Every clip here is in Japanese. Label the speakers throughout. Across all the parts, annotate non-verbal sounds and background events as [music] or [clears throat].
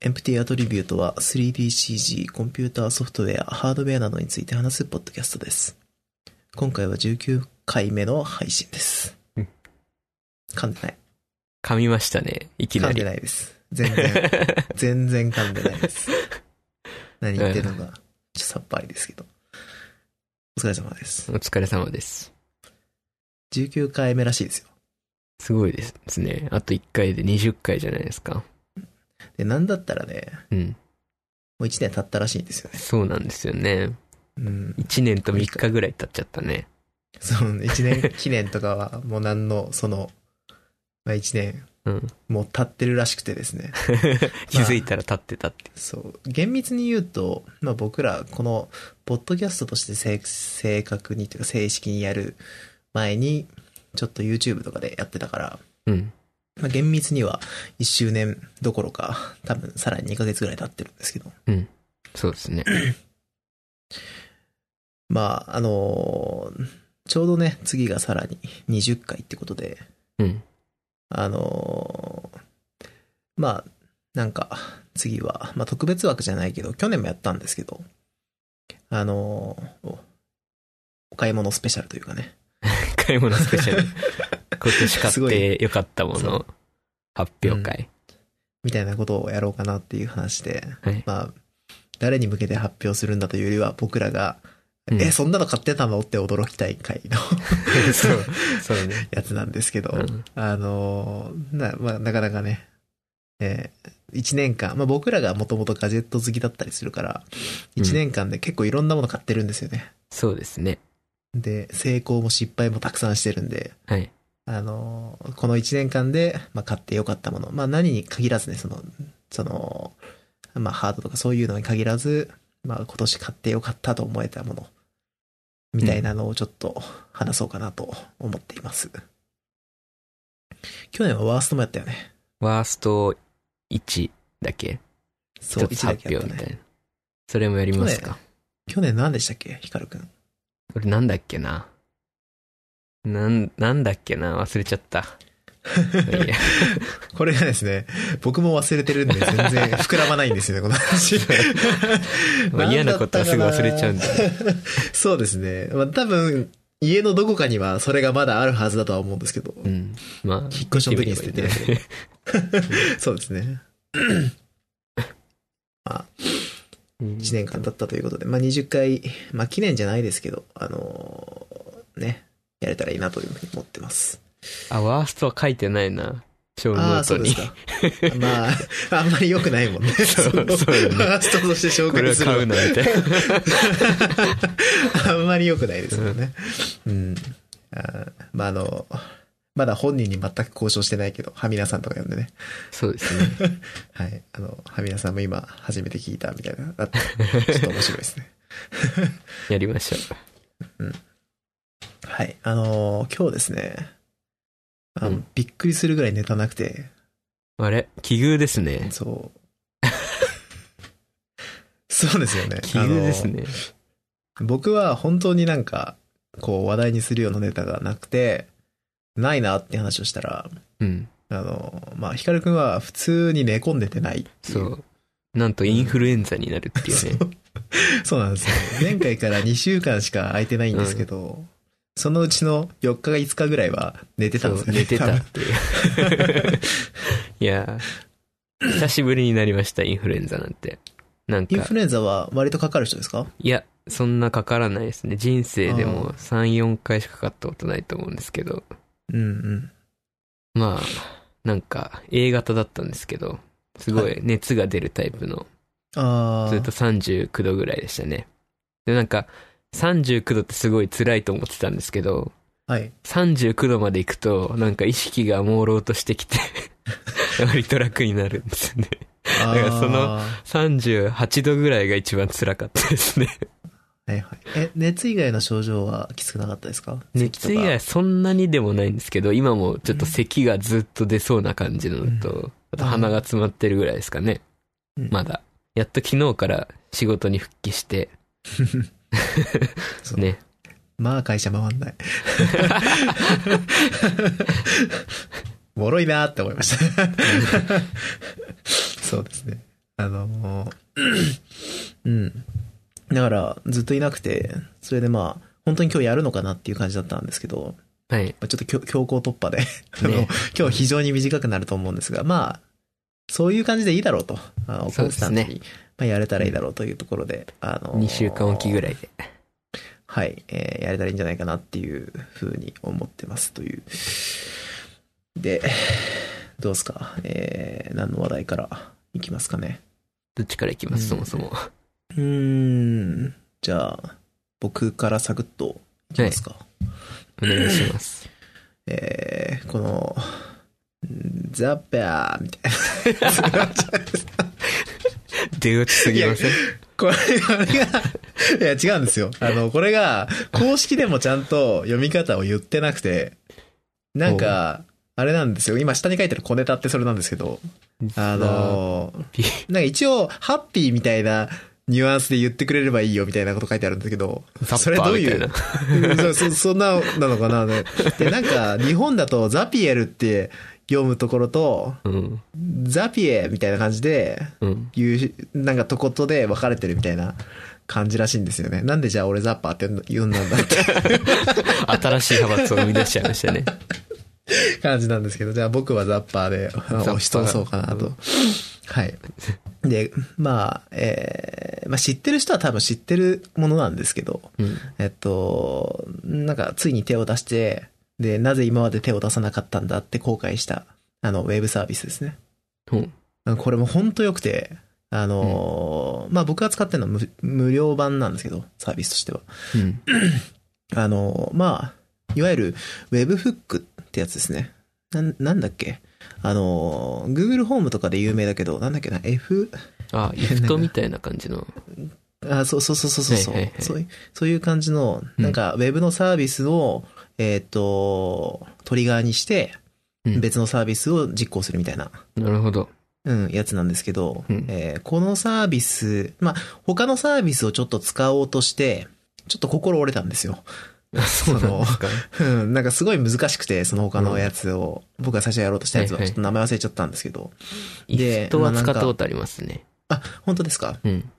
Speaker 1: エンプティアトリビュートは 3DCG、コンピューターソフトウェア、ハードウェアなどについて話すポッドキャストです。今回は19回目の配信です
Speaker 2: うん。
Speaker 1: 噛んでない。
Speaker 2: 噛みましたね。いきな
Speaker 1: 噛んで
Speaker 2: り。
Speaker 1: ないです。全然、
Speaker 2: [laughs]
Speaker 1: 全然噛んでないです。何言ってるのか、ちょっとさっぱりですけど。お疲れ様です。
Speaker 2: お疲れ様です。
Speaker 1: 19回目らしいですよ。
Speaker 2: すごいですね。あと1回で20回じゃないですか。
Speaker 1: で、なんだったらね、
Speaker 2: うん。
Speaker 1: もう1年経ったらしいんですよね。
Speaker 2: そうなんですよね。
Speaker 1: うん。
Speaker 2: 1年と3日ぐらい経っちゃったね。
Speaker 1: その1年記念とかは、もう何の、その、まあ1年、
Speaker 2: うん。
Speaker 1: もう経ってるらしくてですね。
Speaker 2: 気づいたら経ってたって。
Speaker 1: そう。厳密に言うと、まあ僕ら、この、ポッドキャストとして正正確にというか正式にやる前に、ちょっと YouTube とかでやってたから、
Speaker 2: うん。
Speaker 1: まあ厳密には1周年どころか、多分さらに2ヶ月ぐらい経ってるんですけど。
Speaker 2: そうですね。
Speaker 1: まあ、あのーちょうどね、次がさらに20回ってことで、
Speaker 2: うん。
Speaker 1: あのーまあ、なんか、次は、まあ、特別枠じゃないけど、去年もやったんですけど、あのーおお買い物スペシャルというかね。
Speaker 2: 買い物スペ
Speaker 1: [laughs]
Speaker 2: シャル。今年買
Speaker 1: すご
Speaker 2: って
Speaker 1: い
Speaker 2: よかったも
Speaker 1: そ
Speaker 2: の発表会。
Speaker 1: みたいなことをやろうかなっていう話で、
Speaker 2: はい
Speaker 1: まあ、誰に向けて発表するんだというよりは、僕らが、
Speaker 2: うん
Speaker 1: え、そんなの買ってたのって驚きたい回の [laughs]
Speaker 2: [laughs] そう。そうね。
Speaker 1: やつなんですけど、
Speaker 2: うん
Speaker 1: あのーな、まあ、なかなかね、えー、1年間、まあ、僕らがもともとガジェット好きだったりするから、
Speaker 2: うん
Speaker 1: 1年間で結構いろんなもの買ってるんですよね。
Speaker 2: そうですね。
Speaker 1: で、成功も失敗もたくさんしてるんで、
Speaker 2: はい。
Speaker 1: あのーこの1年間で、まあ、買ってよかったもの、まあ、何に限らずね、その、その、まあ、ハードとかそういうのに限らず、まあ、今年買ってよかったと思えたもの、みたいなのをちょっと話そうかなと思っています。去年はワーストもやったよね。
Speaker 2: ワースト1だけ。
Speaker 1: そ
Speaker 2: 一
Speaker 1: う、
Speaker 2: つ
Speaker 1: 1だ
Speaker 2: 発
Speaker 1: けやっ
Speaker 2: 表
Speaker 1: た
Speaker 2: みた
Speaker 1: ね。
Speaker 2: いな。それもやりますか。
Speaker 1: 去年何でしたっけヒカルくん。
Speaker 2: これなんだっけな。なん、なんだっけな忘れちゃった。いいや
Speaker 1: [laughs] これがですね、僕も忘れてるんで全然膨らまないんですよね、この
Speaker 2: [laughs]
Speaker 1: 話。
Speaker 2: もう嫌なことはすぐ忘れちゃうんだよね。
Speaker 1: そうですね。まあ多分、家のどこかにはそれがまだあるはずだとは思うんですけど。
Speaker 2: うん。まあ、
Speaker 1: 引っ越しの時に捨てて
Speaker 2: 見ればいいんだよね
Speaker 1: そうですね。
Speaker 2: うん
Speaker 1: 1年間経ったということで、まあ20回、まあ記念じゃないですけど、あのーね、やれたらいいなというふうに思ってます。
Speaker 2: あ、ワーストは書いてないな。小ノ
Speaker 1: ああー、
Speaker 2: ー
Speaker 1: そ
Speaker 2: ト
Speaker 1: うで
Speaker 2: に
Speaker 1: す。か。まあ、あんまり良くないもんね。
Speaker 2: そうそうよね
Speaker 1: ワーストとして紹
Speaker 2: これ
Speaker 1: 介
Speaker 2: は
Speaker 1: するの
Speaker 2: 買うな、みたいな。
Speaker 1: [laughs] あんまり良くないですよね。うん。あーまあ、あの、まだ本人に全く交渉してないけど、ハミナさんとか呼んでね。
Speaker 2: そうですね。
Speaker 1: はい。あの、ハミナさんも今、初めて聞いたみたいな。
Speaker 2: [laughs]
Speaker 1: あちょっと面白いですね。
Speaker 2: やりましょう。
Speaker 1: はい。あのー今日ですね、あの
Speaker 2: うん
Speaker 1: びっくりするぐらいネタなくて、
Speaker 2: あれ奇遇ですね。
Speaker 1: そう。 [laughs] そうですよね。
Speaker 2: 奇遇ですね。
Speaker 1: あの僕は本当になんか、こう話題にするようなネタがなくて、ないなって話をしたら、
Speaker 2: うん。
Speaker 1: あの、まあ、ヒカルくんは普通に寝込んでてないってい
Speaker 2: そ。う。なんとインフルエンザになるっていうね。
Speaker 1: そうなんですよ。前回から2週間しか空いてないんですけど、そのうちの4日か5日ぐらいは寝てたんです
Speaker 2: そ
Speaker 1: よ
Speaker 2: う
Speaker 1: ね。
Speaker 2: 寝て
Speaker 1: 多
Speaker 2: た
Speaker 1: 分
Speaker 2: っていう。 [laughs] いやー、久しぶりになりました、インフルエンザなんて。なん
Speaker 1: イン
Speaker 2: か
Speaker 1: フ、ルエンザは割とかかる人ですか
Speaker 2: いや、そんなかからないですね。人生でも3、4回しかかかったことないと思うんですけど。
Speaker 1: うんうん。
Speaker 2: まあ、なんか、A 型だったんですけど、すご
Speaker 1: はい
Speaker 2: 熱が出るタイプの、
Speaker 1: ああ。
Speaker 2: ずっと39度ぐらいでしたね。で、なんか、39度ってすごい辛いと思ってたんですけど、
Speaker 1: はい。
Speaker 2: 39度まで行くと、なんか意識が朦朧としてき
Speaker 1: [laughs]
Speaker 2: て、割と楽になるんですね。
Speaker 1: あ
Speaker 2: [laughs] だから
Speaker 1: ー
Speaker 2: その38度ぐらいが一番辛かったですね。
Speaker 1: はいはい。え、熱以外の症状はきつくなかったですか
Speaker 2: 熱以外そんなにでもないんですけど、今もちょっと咳がずっと出そうな感じなのと、あと鼻が詰まってるぐらいですかね。ま
Speaker 1: だ。
Speaker 2: だ。やっと昨日から仕事に復帰 [laughs] して、
Speaker 1: そう
Speaker 2: ね。
Speaker 1: まあ会社回ん
Speaker 2: [laughs]
Speaker 1: ない。 [laughs] 脆いなーって思いました。そうですね。あのーうん。だから、ずっといなくて、それでまあ、本当に今日やるのかなっていう感じだったんですけど、
Speaker 2: はい。
Speaker 1: まあちょっと強強行突破で、あ [laughs] の
Speaker 2: ね
Speaker 1: 今日非常に短くなると思うんですが、まあ、そういう感じでいいだろうと。あの、コ
Speaker 2: そう
Speaker 1: ン
Speaker 2: で
Speaker 1: スタ
Speaker 2: す
Speaker 1: ント
Speaker 2: ね
Speaker 1: に、まあ、やれたらいいだろうというところで、あのー
Speaker 2: 2週間おきぐらいで。
Speaker 1: はい、えーやれたらいいんじゃないかなっていうふうに思ってますという。で、どうですかえー、何の話題からいきますかね。
Speaker 2: どっちから行きます、そもそも。
Speaker 1: うーん、じゃあ、僕からサクッといきますか。
Speaker 2: お願いします。
Speaker 1: えー、この、んザ・ベアーみたいな。
Speaker 2: [laughs] 出落ちすぎません
Speaker 1: これ、これが、いや、違うんですよ。あの、これが、公式でもちゃんと読み方を言ってなくて、なんか、あれなんですよ。今、下に書いてる小ネタってそれなんですけど、あの、
Speaker 2: ピ
Speaker 1: なんか一応、ハッピーみたいなニュアンスで言ってくれればいいよみたいなこと書いてあるんだけど、
Speaker 2: ザ
Speaker 1: それ
Speaker 2: ッパ
Speaker 1: どう
Speaker 2: ーみ
Speaker 1: い
Speaker 2: たいうな。、
Speaker 1: うんそそそんな、なのかな。ねで、なんか、日本だと、ザピエルって読むところと、
Speaker 2: うん。
Speaker 1: ザピエみたいな感じで、
Speaker 2: うん。
Speaker 1: いう、なんかとことで分かれてるみたいな感じらしいんですよね。なんでじゃあ俺ザッパーって呼んだ [laughs] んだって
Speaker 2: 新しい派閥を生み出しちゃいましたね。
Speaker 1: 感じなんですけど、じゃあ僕はザッパーで
Speaker 2: ッパー
Speaker 1: 押し通そうかなと。はい。で、まあ、えーまあ知ってる人は多分知ってるものなんですけど、
Speaker 2: うん。
Speaker 1: えっと、なんかついに手を出して、で、なぜ今まで手を出さなかったんだって後悔した、あの、ウェブサービスですね。
Speaker 2: うん
Speaker 1: あのこれも本当良くて、あのーまあ、僕が使ってるのは無無料版なんですけど、サービスとしては。
Speaker 2: うん。
Speaker 1: あのーまあ、いわゆる Webhook ってやつですね。なん、なんだっけあのー Google ホームとかで有名だけど、なんだっけな、F、
Speaker 2: あ、イフトみたいな感じの。
Speaker 1: あ、そうそうそうそうそうそう、
Speaker 2: はいはいはい
Speaker 1: そういう、そういう感じの、なんか Web のサービスを、えっ、と、トリガーにして、
Speaker 2: うん
Speaker 1: 別のサービスを実行するみたいな。
Speaker 2: なるほど。
Speaker 1: うん、やつなんですけど、
Speaker 2: うん
Speaker 1: えーこのサービス、まあ、他のサービスをちょっと使おうとして、ちょっと心折れたんですよ。
Speaker 2: あそうなんですか。
Speaker 1: うん、なんかすごい難しくて、その他のやつを、僕が最初やろうとしたやつは、
Speaker 2: はいは
Speaker 1: ち
Speaker 2: い
Speaker 1: ょっと名前忘れちゃったんですけど、
Speaker 2: イ
Speaker 1: で
Speaker 2: フトは
Speaker 1: まあなん
Speaker 2: 使
Speaker 1: か
Speaker 2: ったことありますね。
Speaker 1: あ、本当ですか
Speaker 2: うん。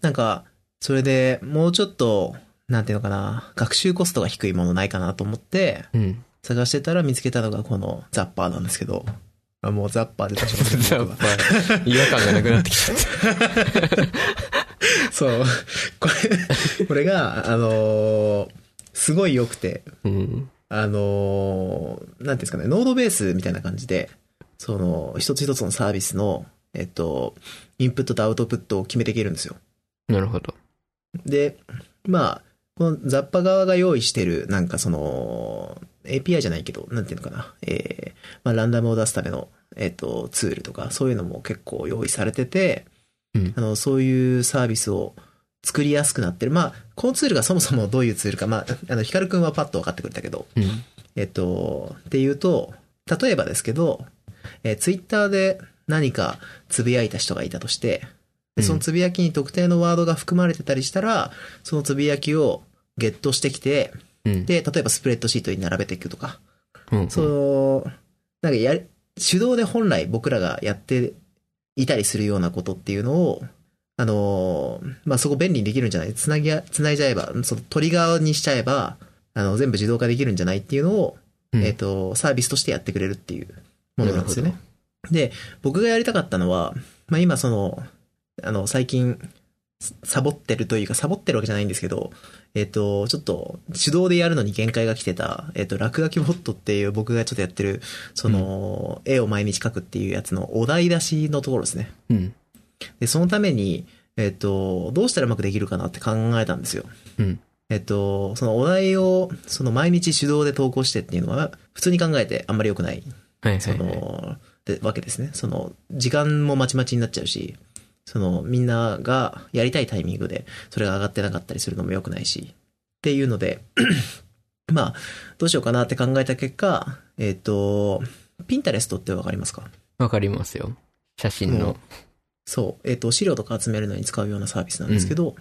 Speaker 1: なんか、それでもうちょっと、なんていうのかな、学習コストが低いものないかなと思って、
Speaker 2: うん。
Speaker 1: 探してたら見つけたのがこのザッパーなんですけど、あもうザッパーで出します
Speaker 2: ザ
Speaker 1: ね、
Speaker 2: ッ
Speaker 1: 僕は
Speaker 2: パー。違和感がなくなっ
Speaker 1: [laughs]
Speaker 2: てきちゃっ
Speaker 1: そう。これ、これが、あのーすごい良くて、
Speaker 2: た。うん。
Speaker 1: あのーなんていうんですかね、ノードベースみたいな感じで、その、一つ一つのサービスの、えっと、インプットとアウトプットを決めていけるんですよ。
Speaker 2: なるほど。
Speaker 1: で、まあ、この雑把側が用意してる、なんかその、API じゃないけど、なんていうのかな、えー、まあ、ランダムを出すための、えっと、ツールとか、そういうのも結構用意されてて、
Speaker 2: うん
Speaker 1: あ。の、そういうサービスを作りやすくなってる。まあ、このツールがそもそもどういうツールか、まあ、あの、ヒカルくんはパッと分かってくれたけど、
Speaker 2: うん。
Speaker 1: えっと、っていうと、例えばですけど、えツイッター Twitter で何かつぶやいた人がいたとして、
Speaker 2: う
Speaker 1: で
Speaker 2: ん
Speaker 1: そのつぶやきに特定のワードが含まれてたりしたら、そのつぶやきをゲットしてきて、
Speaker 2: うん。
Speaker 1: で、例えばスプレッドシートに並べていくとか、
Speaker 2: うん、
Speaker 1: その、なんかやり、手動で本来僕らがやっていたりするようなことっていうのを、あのー、まあ、そこ便利にできるんじゃないつなぎや、つないじゃえば、そのトリガーにしちゃえば、あの、全部自動化できるんじゃないっていうのを、
Speaker 2: うん
Speaker 1: えっ、と、サービスとしてやってくれるっていうものなんですよね。で、僕がやりたかったのは、まあ、今その、あの、最近、サボってるというか、サボってるわけじゃないんですけど、えっ、と、ちょっと、手動でやるのに限界が来てた、えっ、と、落書きボットっていう僕がちょっとやってる、その、絵を毎日描くっていうやつのお題出しのところですね。
Speaker 2: うん。
Speaker 1: で、そのために、えっ、と、どうしたらうまくできるかなって考えたんですよ。
Speaker 2: うん。
Speaker 1: えっと、そのお題を、その毎日手動で投稿してっていうのは、普通に考えてあんまり良くない、
Speaker 2: はいは
Speaker 1: そ
Speaker 2: い、はい。
Speaker 1: の、でわけですね。その、時間もまちまちになっちゃうし、その、みんながやりたいタイミングで、それが上がってなかったりするのも良くないし、っていうので、 [clears throat] まあ、どうしようかなって考えた結果、えっと、ピンタレストってわかりますか
Speaker 2: わかりますよ。写真
Speaker 1: も
Speaker 2: の。
Speaker 1: そう、えっ、と、資料とか集めるのに使うようなサービスなんですけど、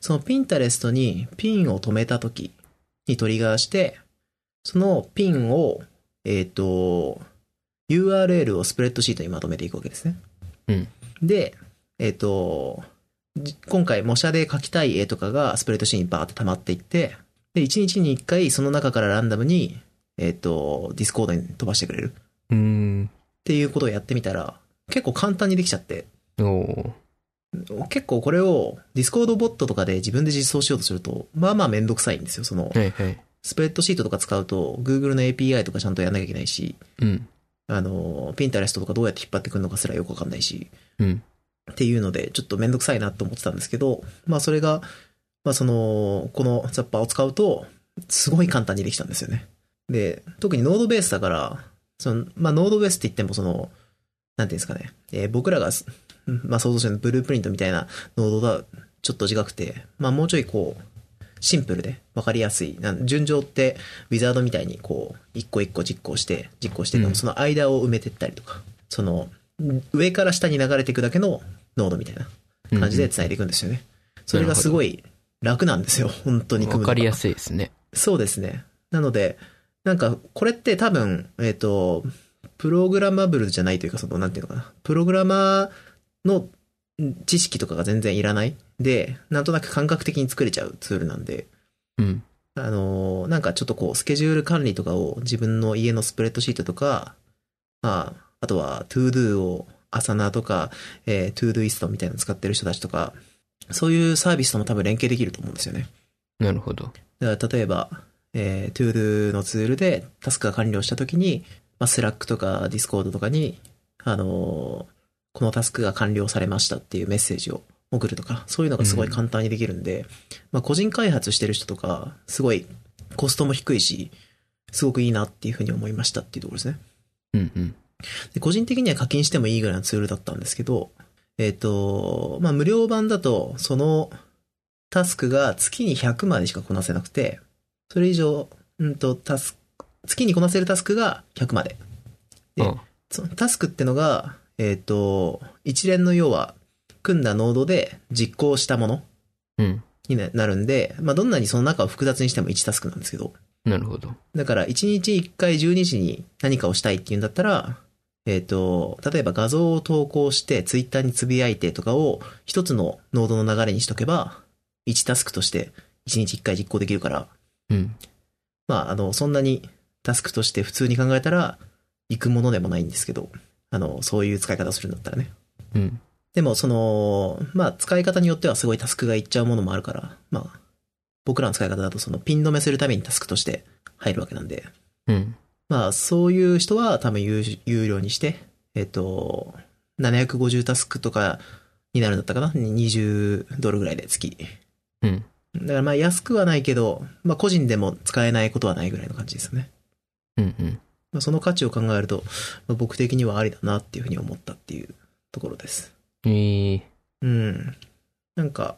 Speaker 1: そのピンタレストにピンを止めた時にトリガーして、そのピンを、えっ、と、URL をスプレッドシートにまとめていくわけですね。
Speaker 2: うん
Speaker 1: で、えっ、と、じ今回模写で描きたい絵とかがスプレッドシートにバーって溜まっていって、で、1日に1回その中からランダムに、えっ、と、ディスコードに飛ばしてくれるっ
Speaker 2: うん。
Speaker 1: ていうことをやってみたら、結構簡単にできちゃって、
Speaker 2: おお
Speaker 1: 結構これをディスコードボットとかで自分で実装しようとすると、まあまあめんどくさいんですよ。その
Speaker 2: ー。、はいはい。
Speaker 1: スプレッドシートとか使うと、Google の API とかちゃんとやんなきゃいけないし、
Speaker 2: うん。
Speaker 1: あの、Pinterest とかどうやって引っ張ってくるのかすらよくわかんないし、
Speaker 2: うん。
Speaker 1: っていうので、ちょっとめんどくさいなと思ってたんですけど、まあそれが、まあその、このザッパーを使うと、すごい簡単にできたんですよね。で、特にノードベースだから、その、まあノードベースって言ってもその、なんていうんですかね、えー僕らが、うんまあ想像してるブループリントみたいなノードとはちょっと違くて、まあもうちょいこう、シンプルで分かりやすい。なん順序ってウィザードみたいにこう、一個一個実行して、実行して
Speaker 2: うん
Speaker 1: その間を埋めてったりとか、その、上から下に流れていくだけのノードみたいな感じで繋いでいくんですよね。それがすごい楽なんですよ、本当に組むの
Speaker 2: わ
Speaker 1: が
Speaker 2: かりやすいですね。
Speaker 1: そうですね。なので、なんか、これって多分、えっ、と、プログラマブルじゃないというか、その、なんていうのかな。プログラマーのん知識とかが全然いらない。で、なんとなく感覚的に作れちゃうツールなんで、
Speaker 2: うん。
Speaker 1: あのーなんかちょっとこう、スケジュール管理とかを自分の家のスプレッドシートとか、まあ、あとは、トゥードゥを、アサナとか、えー、トゥードゥイストみたいなの使ってる人たちとか、そういうサービスとも多分連携できると思うんですよね。
Speaker 2: なるほど。
Speaker 1: だから例えば、えー、Todo のツールでタスクが完了したときに、まあ、Slack とか Discord とかに、あのーこのタスクが完了されましたっていうメッセージを送るとか、そういうのがすごい簡単にできるんで、まあ、個人開発してる人とか、すごいコストも低いし、すごくいいなっていうふうに思いましたっていうところですね。
Speaker 2: うんうん。
Speaker 1: で個人的には課金してもいいぐらいのツールだったんですけど、えっ、と、まあ、無料版だと、そのタスクが月に100までしかこなせなくて、それ以上、うんと、タスク、月にこなせるタスクが100まで。で
Speaker 2: あ
Speaker 1: そのタスクってのが、えっ、と、一連の要は、組んだノードで実行したもの
Speaker 2: うん。
Speaker 1: にななるんで、まあ、どんなにその中を複雑にしても1タスクなんですけど、
Speaker 2: なるほど。
Speaker 1: だから、1日1回12時に何かをしたいっていうんだったら、えっ、と、例えば画像を投稿して、ツイッターにつぶやいてとかを、一つのノードの流れにしとけば、1タスクとして1日1回実行できるから、
Speaker 2: うん。
Speaker 1: まあ、あの、そんなにタスクとして普通に考えたら、行くものでもないんですけど、あの、そういう使い方をするんだったらね。
Speaker 2: うん。
Speaker 1: でも、その、まあ、使い方によってはすごいタスクがいっちゃうものもあるから、まあ、僕らの使い方だと、その、ピン止めするためにタスクとして入るわけなんで、
Speaker 2: うん。
Speaker 1: まあ、そういう人は多分有有料にして、えっと、750タスクとかになるんだったかな ?20 ドルぐらいで月。
Speaker 2: うん。
Speaker 1: だからまあ安くはないけど、まあ個人でも使えないことはないぐらいの感じですよね。
Speaker 2: うん。うん。
Speaker 1: まあ、その価値を考えると、まあ僕的にはありだなっていうふうに思ったっていうところです。
Speaker 2: えー、
Speaker 1: うん。なんか、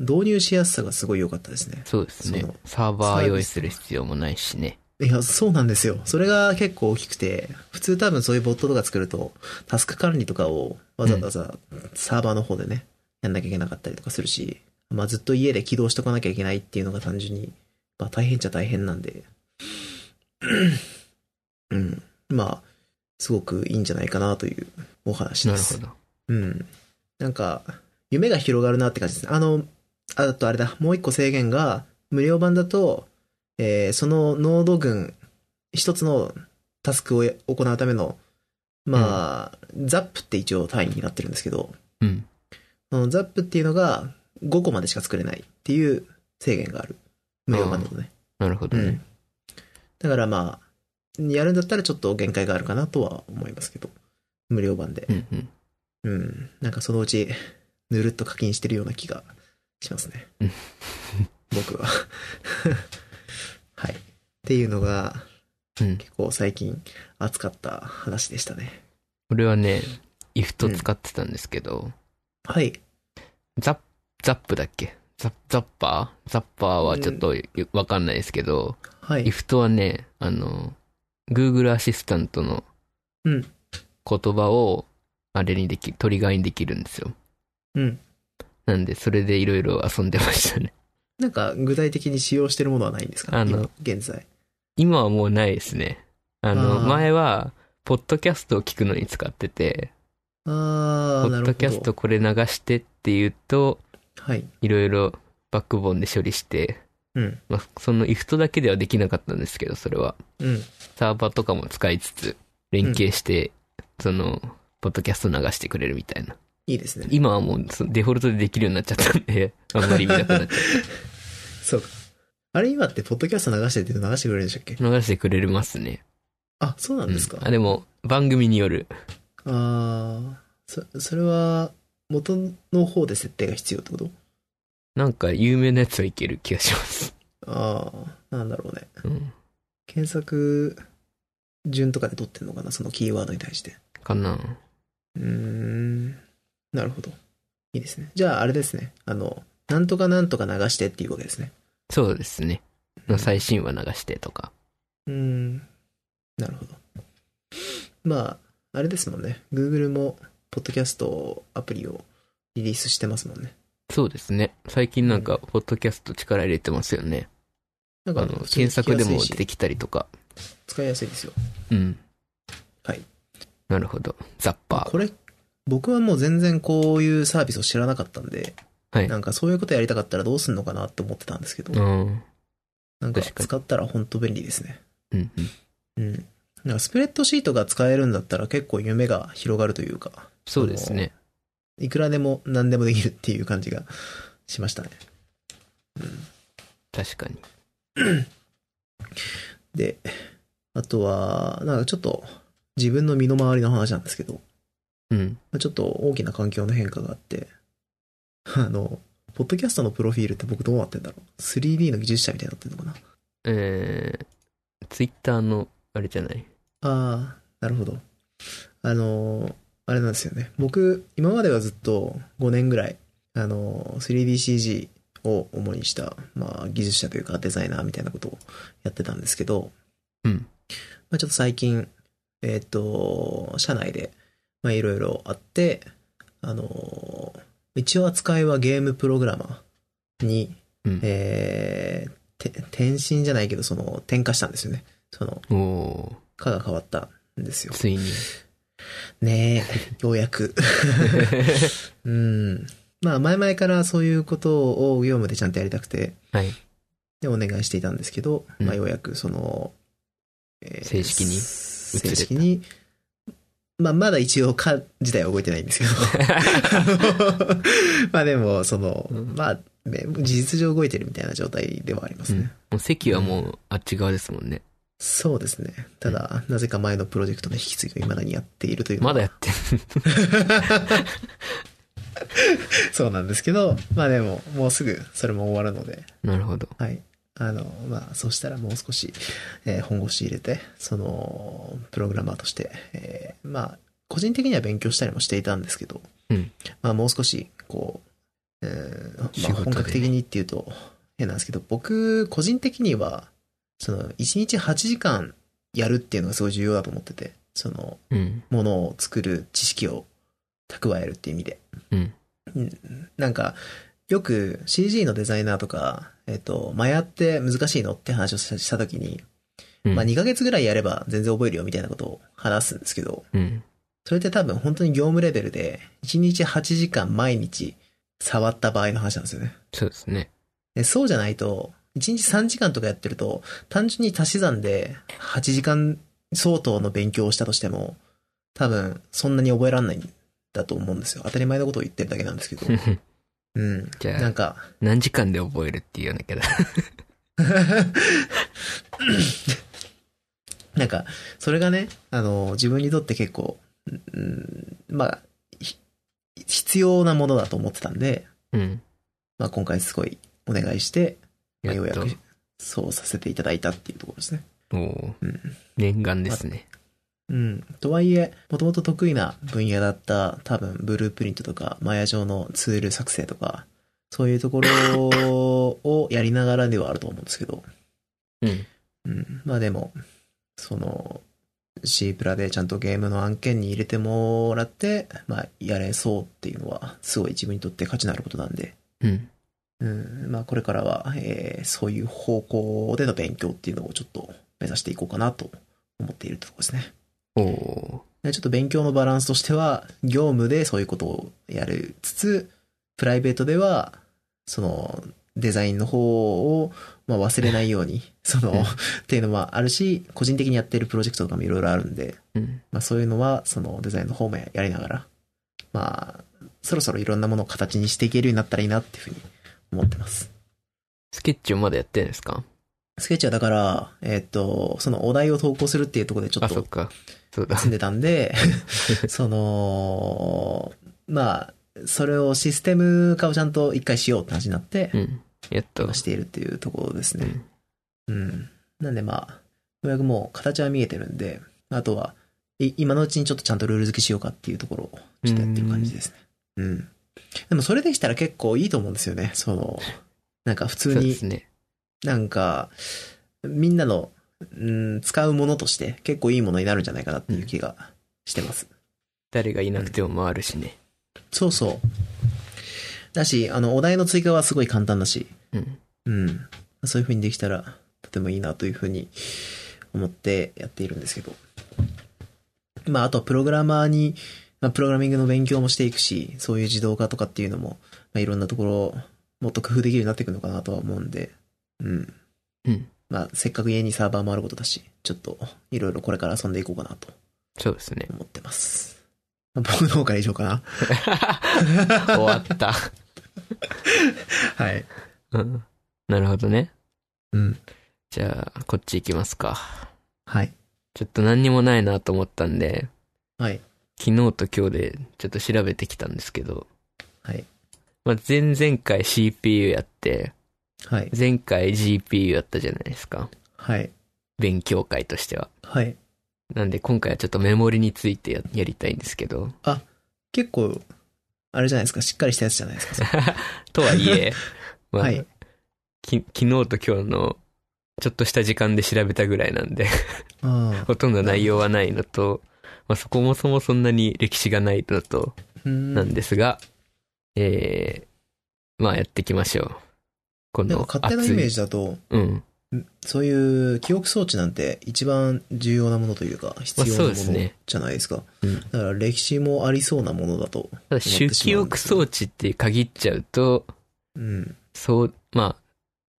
Speaker 1: 導入しやすさがすごい良かったですね。
Speaker 2: そうですね
Speaker 1: その。
Speaker 2: サーバ
Speaker 1: サービス
Speaker 2: ー用意する必要もないしね。
Speaker 1: いや、そうなんですよ。それが結構大きくて、普通多分そういうボットとか作ると、タスク管理とかをわざわざサーバーの方でね、やんなきゃいけなかったりとかするし、まあずっと家で起動しとかなきゃいけないっていうのが単純に、まあ大変っちゃ大変なんで、うん。まあ、すごくいいんじゃないかなというお話
Speaker 2: な
Speaker 1: で
Speaker 2: る
Speaker 1: す。
Speaker 2: ほど。
Speaker 1: うん。なんか、夢が広がるなって感じですね。あの、ああとあれだ、もう一個制限が、無料版だと、えーそのノード群、一つのタスクをえ行うための、まあ、ザップって一応単位になってるんですけど、
Speaker 2: うん。
Speaker 1: そのザップっていうのが5個までしか作れないっていう制限がある。無料版だとね。
Speaker 2: なるほど
Speaker 1: うん
Speaker 2: ね。
Speaker 1: だからまあ、やるんだったらちょっと限界があるかなとは思いますけど、無料版で。
Speaker 2: うん。うん。
Speaker 1: うん。なんかそのうち、ぬるっと課金してるような気がします
Speaker 2: [laughs]
Speaker 1: ね
Speaker 2: うん。
Speaker 1: 僕は。 [laughs] はい。っていうのが、
Speaker 2: うん。
Speaker 1: 結構最近熱かった話でしたね。
Speaker 2: これはね、イフト使ってたんですけど、
Speaker 1: はい。
Speaker 2: ザッ、ザップだっけザザッパーザッパーはちょっとよわかんないですけど、
Speaker 1: は
Speaker 2: イ
Speaker 1: い。
Speaker 2: フトはね、あの、Google アシスタントの
Speaker 1: うん
Speaker 2: 言葉を、あれにでき、トリガーにできるんですよ。
Speaker 1: うん。
Speaker 2: なんで、それでいろいろ遊んでましたね。 [laughs]
Speaker 1: なんか具体的に使用してるものはないんですか
Speaker 2: あの
Speaker 1: 今現在。
Speaker 2: 今はもうないですね。あの、
Speaker 1: あー
Speaker 2: 前は、ポッドキャストを聞くのに使ってて、
Speaker 1: あ
Speaker 2: ポ
Speaker 1: ー、なるほ
Speaker 2: ッド
Speaker 1: ど。
Speaker 2: キャストこれ流してって言うと、
Speaker 1: はい。
Speaker 2: いろいろバックボーンで処理して、
Speaker 1: うん。
Speaker 2: まあ、その IFT だけではできなかったんですけど、それは。
Speaker 1: うん。
Speaker 2: サーバーとかも使いつつ、連携して、その、ポッドキャスト流してくれるみたいな。
Speaker 1: いいですね。
Speaker 2: 今はもうそのデフォルトでできるようになっちゃったんで、 [laughs] あんまり見なくなっちゃっ
Speaker 1: そうか。あれ今って、ポッドキャスト流してって流してくれるんでしたっけ
Speaker 2: た。流してくれますね。
Speaker 1: あ、そうなんですか。
Speaker 2: うんあ、でも、番組による。
Speaker 1: あー、そ、それは、元の方で設定が必要ってこと
Speaker 2: なんか有名なやつはいける気がし
Speaker 1: [laughs]
Speaker 2: ます。
Speaker 1: あー、なんだろうね。
Speaker 2: うん。
Speaker 1: 検索順とかで取ってんのかなそのキーワードに対して。
Speaker 2: かな
Speaker 1: うーん。なるほど。いいですね。じゃあ、あれですね。あの、なんとかなんとか流してっていうわけですね。
Speaker 2: そうですね。の最新話流してとか。
Speaker 1: うーん。なるほど。まあ、あれですもんね。Google も、ポッドキャストアプリをリリースしてますもんね。
Speaker 2: そうですね。最近なんか、ポッドキャスト力入れてますよね。
Speaker 1: なんか、
Speaker 2: あの、
Speaker 1: 普通に聞
Speaker 2: 検
Speaker 1: き
Speaker 2: 索
Speaker 1: や
Speaker 2: です
Speaker 1: い
Speaker 2: も
Speaker 1: し
Speaker 2: 出てきたりとか。
Speaker 1: 使いやすいですよ。
Speaker 2: うん。
Speaker 1: はい。
Speaker 2: なるほど。ザッパ
Speaker 1: これ、僕はもう全然こういうサービスを知らなかったんで、
Speaker 2: はい
Speaker 1: なんかそういうことやりたかったらどうすんのかなって思ってたんですけど、
Speaker 2: ー。うん。
Speaker 1: なんか
Speaker 2: 確かに
Speaker 1: 使ったら本当便利ですね。
Speaker 2: うんうん。
Speaker 1: うん。なんかスプレッドシートが使えるんだったら結構夢が広がるというか、
Speaker 2: そうですね。
Speaker 1: いくらでも何でもできるっていう感じがしましたね。
Speaker 2: 確かに。
Speaker 1: で、あとは、なんかちょっと自分の身の回りの話なんですけど、
Speaker 2: うん。
Speaker 1: まあちょっと大きな環境の変化があって、あの、ポッドキャストのプロフィールって僕どうなってんだろう ?3D の技術者みたいになってんのかな
Speaker 2: えー、ツイッターの、あれじゃない。
Speaker 1: ああ、なるほど。あのーあれなんですよね。僕、今まではずっと5年ぐらい、あのー 3DCG を主にした、まあ、技術者というかデザイナーみたいなことをやってたんですけど、
Speaker 2: うん。
Speaker 1: まあ、ちょっと最近、えっ、と、社内で、まあ、いろいろあって、あのー一応扱いはゲームプログラマーに、
Speaker 2: うん
Speaker 1: えーて転身じゃないけど、その、転化したんですよね。その、
Speaker 2: おー、
Speaker 1: 科が変わったんですよ。[laughs]
Speaker 2: ついに。
Speaker 1: ねえ、ようやく。 [laughs] うん。まあ、前々からそういうことを業務でちゃんとやりたくて、
Speaker 2: はい。
Speaker 1: で、お願いしていたんですけど、
Speaker 2: うん
Speaker 1: まあ、ようやく、その、えー
Speaker 2: 正式に
Speaker 1: 正式に、まあ、まだ一応、か、自体は動いてないん
Speaker 2: [laughs]
Speaker 1: ですけど、 [laughs] あのまあ、でも、その、
Speaker 2: うん
Speaker 1: まあ、ね、事実上動いてるみたいな状態ではありま
Speaker 2: う
Speaker 1: す
Speaker 2: ん。
Speaker 1: ね。
Speaker 2: もう席はもう、あっち側ですもんね。
Speaker 1: そうですね。ただ、なぜか前のプロジェクトの引き継ぎを未だにやっているというのは
Speaker 2: まだやってる。 [laughs]
Speaker 1: そうなんですけど、まあでも、もうすぐそれも終わるので、
Speaker 2: なるほど。
Speaker 1: はい。あの、まあ、そうしたらもう少し、えー本腰入れて、その、プログラマーとして、えーまあ、個人的には勉強したりもしていたんですけど、
Speaker 2: うん
Speaker 1: まあ、もう少し、こう、うんまあ
Speaker 2: 仕事で
Speaker 1: 本格的にっていうと変なんですけど、僕、個人的には、その、1日8時間やるっていうのがすごい重要だと思ってて、その、
Speaker 2: うん。
Speaker 1: ものを作る知識を蓄えるっていう意味で。
Speaker 2: うん
Speaker 1: うんなんか、よく CG のデザイナーとか、えっと、マヤって難しいのって話をしたした時に、
Speaker 2: うん
Speaker 1: まあ2ヶ月ぐらいやれば全然覚えるよみたいなことを話すんですけど、
Speaker 2: うん。
Speaker 1: それって多分本当に業務レベルで、1日8時間毎日触った場合の話なんですよね。
Speaker 2: そうですね。 [laughs]
Speaker 1: でそうじゃないと、1日3時間とかやってると、単純に足し算で8時間相当の勉強をしたとしても、多分そんなに覚えられないんだと思うんですよ。当たり前のことを言ってるだけなんですけど。うん。
Speaker 2: じゃあ
Speaker 1: なんか、
Speaker 2: 何時間で覚えるっていうようなけど。
Speaker 1: なんか、それがね、あの、自分にとって結構、うん、まあ、ひ必要なものだと思ってたんで、
Speaker 2: うん。
Speaker 1: まあ今回すごいお願いして、まあ
Speaker 2: や
Speaker 1: よう
Speaker 2: っ
Speaker 1: や
Speaker 2: と
Speaker 1: く。そうさせていただいたっていうところですね。
Speaker 2: おー
Speaker 1: うん
Speaker 2: 念願ですね。
Speaker 1: うん。とはいえ、もともと得意な分野だった、多分、ブループリントとか、マヤ上のツール作成とか、そういうところをやりながらではあると思うんですけど、
Speaker 2: うん。
Speaker 1: うん。まあでも、その、C プラでちゃんとゲームの案件に入れてもらって、まあ、やれそうっていうのは、すごい自分にとって価値のあることなんで、
Speaker 2: うん。
Speaker 1: うん。まあ、これからは、えーそういう方向での勉強っていうのをちょっと目指していこうかなと思っているところですね。
Speaker 2: おー
Speaker 1: でちょっと勉強のバランスとしては、業務でそういうことをやるつつ、プライベートでは、その、デザインの方を、まあ、忘れないよ
Speaker 2: [laughs]
Speaker 1: うに、その、
Speaker 2: うん
Speaker 1: っていうのもあるし、個人的にやってるプロジェクトとかもいろいろあるんで、
Speaker 2: うん。
Speaker 1: まあ、そういうのは、その、デザインの方もやりながら、まあ、そろそろいろんなものを形にしていけるようになったらいいなっていうふうに思ってます。
Speaker 2: スケッチをまだやってるんですか
Speaker 1: スケッチはだから、えっ、と、そのお題を投稿するっていうところでちょ
Speaker 2: あ、
Speaker 1: っ
Speaker 2: そっ
Speaker 1: と
Speaker 2: か。そうだ
Speaker 1: [laughs] 住ん。でたん
Speaker 2: [laughs]
Speaker 1: で、その、まあ、それをシステム化をちゃんと一回しようって話になって
Speaker 2: う、ん。やっと
Speaker 1: まあ。しているっていうところです
Speaker 2: う
Speaker 1: ね。
Speaker 2: ん。
Speaker 1: うん。なんでまあ、ようやくもう形は見えてるんで、あとは、い今のうちにちょっとちゃんとルール付けしようかっていうところをちょっとやってる感じですね。うん。でもそれできたら結構いいと思うんですよね。その、なんか普
Speaker 2: そ
Speaker 1: 通
Speaker 2: うで
Speaker 1: に
Speaker 2: すね。
Speaker 1: なんか、みんなの、うん、使うものとして結構いいものになるんじゃないかなっていう気がしてます。
Speaker 2: 誰がいなくても回るしね。
Speaker 1: そうそう。だし、あの、お題の追加はすごい簡単だし、
Speaker 2: うん。
Speaker 1: うん。そういう風にできたら、とてもいいなという風に思ってやっているんですけど。まあ、あとはプログラマーに、まあ、プログラミングの勉強もしていくし、そういう自動化とかっていうのも、まあ、いろんなところ、もっと工夫できるようになっていくのかなとは思うんで、うん。
Speaker 2: うん。
Speaker 1: まあ、せっかく家にサーバーもあることだし、ちょっと、いろいろこれから遊んでいこうかなと。
Speaker 2: そうですね [laughs]
Speaker 1: 思ってます。まあ僕の方から以上かな。
Speaker 2: 終わった。
Speaker 1: はい。
Speaker 2: うん。なるほどね。
Speaker 1: うん。
Speaker 2: じゃあ、こっち行きますか。
Speaker 1: はい。
Speaker 2: ちょっと何にもないなと思ったんで、
Speaker 1: はい。
Speaker 2: 昨日と今日でちょっと調べてきたんですけど、
Speaker 1: はい。
Speaker 2: まあ、前々回 CPU やって、
Speaker 1: はい。
Speaker 2: 前回 GPU やったじゃないですか。
Speaker 1: はい。
Speaker 2: 勉強会としては。
Speaker 1: はい。
Speaker 2: なんで今回はちょっとメモリについてややりたいんですけど。
Speaker 1: 結構、あれじゃないですか、しっかりしたやつじゃないですか。
Speaker 2: [laughs] とはい
Speaker 1: [laughs]
Speaker 2: え、まあ
Speaker 1: はい
Speaker 2: き昨日と今日のちょっとした時間で調べたぐらいなんで、 [laughs]
Speaker 1: ああ。
Speaker 2: ほとんど内容はないのと、まあ、そこもそもそんなに歴史がないのと、
Speaker 1: うん。
Speaker 2: なんですが、えー、まあやっていきましょう。こ
Speaker 1: なんか
Speaker 2: の
Speaker 1: 勝手なイメー
Speaker 2: ジ。
Speaker 1: ジだと、
Speaker 2: うん。
Speaker 1: そういう記憶装置なんて一番重要なものというか、必要な
Speaker 2: そう
Speaker 1: もの
Speaker 2: ですね
Speaker 1: じゃないですか。
Speaker 2: う
Speaker 1: だ
Speaker 2: ん
Speaker 1: から歴史もありそうなものだと。
Speaker 2: ただ、手記憶装置って限っちゃうと、
Speaker 1: うん。
Speaker 2: そう、まあ、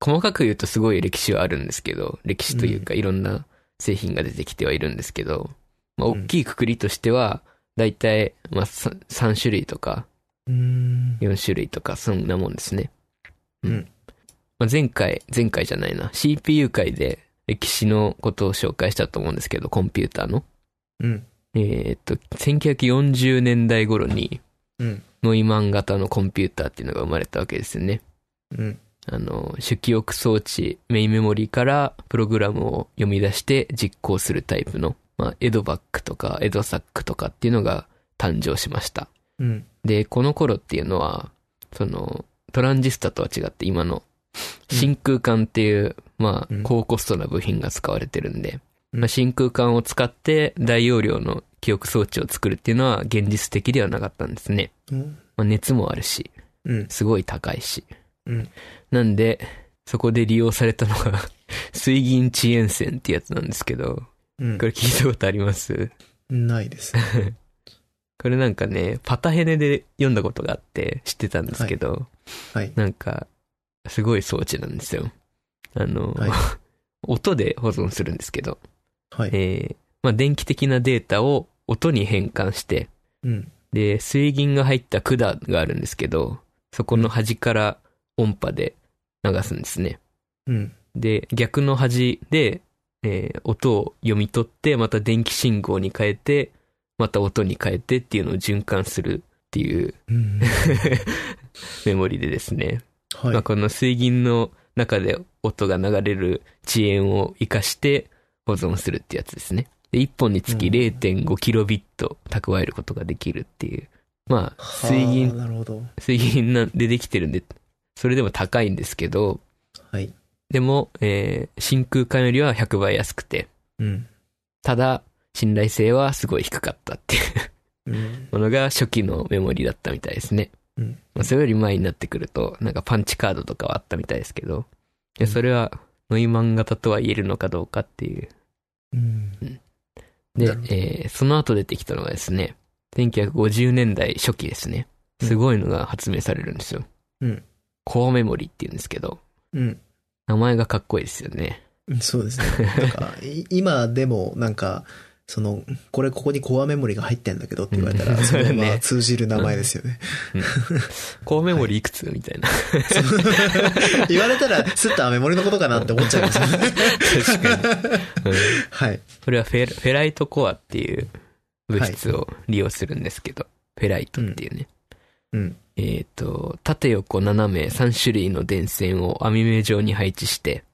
Speaker 2: 細かく言うとすごい歴史はあるんですけど、歴史というかいろんな製品が出てきてはいるんですけど、まあ、
Speaker 1: うん
Speaker 2: 大きいくくりとしては、だいたい、まあ、さ3種類とか、
Speaker 1: うん。
Speaker 2: 4種類とか、そんなもんですね。
Speaker 1: うん。
Speaker 2: まあ、前回、前回じゃないな、CPU 界で歴史のことを紹介したと思うんですけど、コンピューターの。
Speaker 1: うん。
Speaker 2: えーっと、1940年代頃に、
Speaker 1: うん。
Speaker 2: ノイマン型のコンピューターっていうのが生まれたわけですよね。
Speaker 1: うん。
Speaker 2: あの、主記憶装置、メインメモリーからプログラムを読み出して実行するタイプの、まあ、エドバックとかエドサックとかっていうのが誕生しました。
Speaker 1: うん。
Speaker 2: で、この頃っていうのは、その、トランジスタとは違って今の
Speaker 1: うん
Speaker 2: 真空管っていう、まあ
Speaker 1: うん、
Speaker 2: 高コストな部品が使われてるんで、
Speaker 1: うん
Speaker 2: まあ、真空管を使って大容量の記憶装置を作るっていうのは現実的ではなかったんですね。
Speaker 1: うん。
Speaker 2: まあ、熱もあるし、
Speaker 1: うん。
Speaker 2: すごい高いし。
Speaker 1: うん
Speaker 2: なんで、そこで利用されたのが、 [laughs] 水銀遅延線ってやつなんですけど、
Speaker 1: うん
Speaker 2: これ聞いたことあります
Speaker 1: ないです。
Speaker 2: [laughs] これなんかね、パタヘネで読んだことがあって知ってたんですけど、
Speaker 1: はい。
Speaker 2: なんか、すごい装置なんですよ。あの、
Speaker 1: はい
Speaker 2: [laughs] 音で保存するんですけど、
Speaker 1: はい。
Speaker 2: えーまあ、電気的なデータを音に変換して、
Speaker 1: うん。
Speaker 2: で、水銀が入った管があるんですけど、そこの端から音波で流すんですね。
Speaker 1: うん。
Speaker 2: で、逆の端で、えー音を読み取って、また電気信号に変えて、また音に変えてっていうのを循環するっていう [laughs]
Speaker 1: うん。
Speaker 2: メモリでですね、
Speaker 1: はい
Speaker 2: まあ、。この水銀の中で音が流れる遅延を活かして保存するってやつですね。で、1本につき
Speaker 1: うん
Speaker 2: 0.5kb 蓄えることができるっていう。まあ、
Speaker 1: はあ
Speaker 2: 水銀、
Speaker 1: なるほど。
Speaker 2: 水銀なんでできてるんで、それでも高いんですけど、
Speaker 1: はい。
Speaker 2: でも、えー真空管よりは100倍安くて、
Speaker 1: うん。
Speaker 2: ただ、信頼性はすごい低かったっていう [laughs]
Speaker 1: うん。
Speaker 2: ものが初期のメモリだったみたいですね。
Speaker 1: うん
Speaker 2: まあ、それより前になってくると、なんかパンチカードとかはあったみたいですけど、でそれはノイマン型とは言えるのかどうかっていう。
Speaker 1: うん。
Speaker 2: で
Speaker 1: なるほ、
Speaker 2: えーその後出てきたのがですね、1950年代初期ですね。すごいのが発明されるんですよ。
Speaker 1: うん。
Speaker 2: コアメモリって言うんですけど、
Speaker 1: うん。
Speaker 2: 名前がかっこいいですよね。
Speaker 1: そうですね。なんか、い今でもなんか、その、これここにコアメモリが入ってんだけどって言われた
Speaker 2: う
Speaker 1: ら、
Speaker 2: ん
Speaker 1: それはまあ
Speaker 2: ね
Speaker 1: 通じる名前ですよね。
Speaker 2: コアメモリいくつみたいな。
Speaker 1: 言われたら、すったメモリのことかなって思っちゃいますよね。
Speaker 2: 確かに。
Speaker 1: [laughs]
Speaker 2: うん
Speaker 1: はい。
Speaker 2: これはフェラフェライトコアっていう物質を利用するんですけど、フェライトっていうね。
Speaker 1: うん。
Speaker 2: えっと、縦横斜め3種類の電線を網目状に配置して、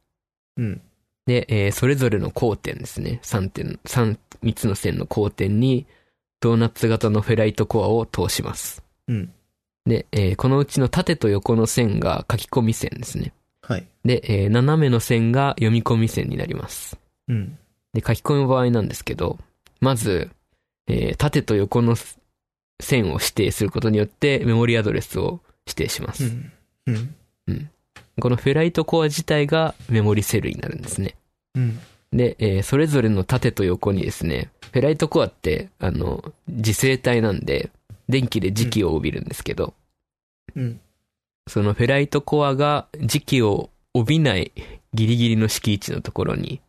Speaker 1: うん。
Speaker 2: で、えーそれぞれの交点ですね。3点、三、三つの線の交点に、ドーナツ型のフェライトコアを通します。
Speaker 1: うん。
Speaker 2: で、えーこのうちの縦と横の線が書き込み線ですね。
Speaker 1: はい。
Speaker 2: で、えー斜めの線が読み込み線になります。
Speaker 1: うん。
Speaker 2: で、書き込む場合なんですけど、まず、えー縦と横の線を指定することによって、メモリアドレスを指定しま
Speaker 1: う
Speaker 2: す。
Speaker 1: ん。うん。
Speaker 2: このフェライトコア自体がメモリセルになるんですね。
Speaker 1: うん。
Speaker 2: で、えーそれぞれの縦と横にですね、フェライトコアって、あの、磁性体なんで、電気で磁気を帯びるんですけど、
Speaker 1: うん。
Speaker 2: そのフェライトコアが磁気を帯びないギリギリの敷地のところに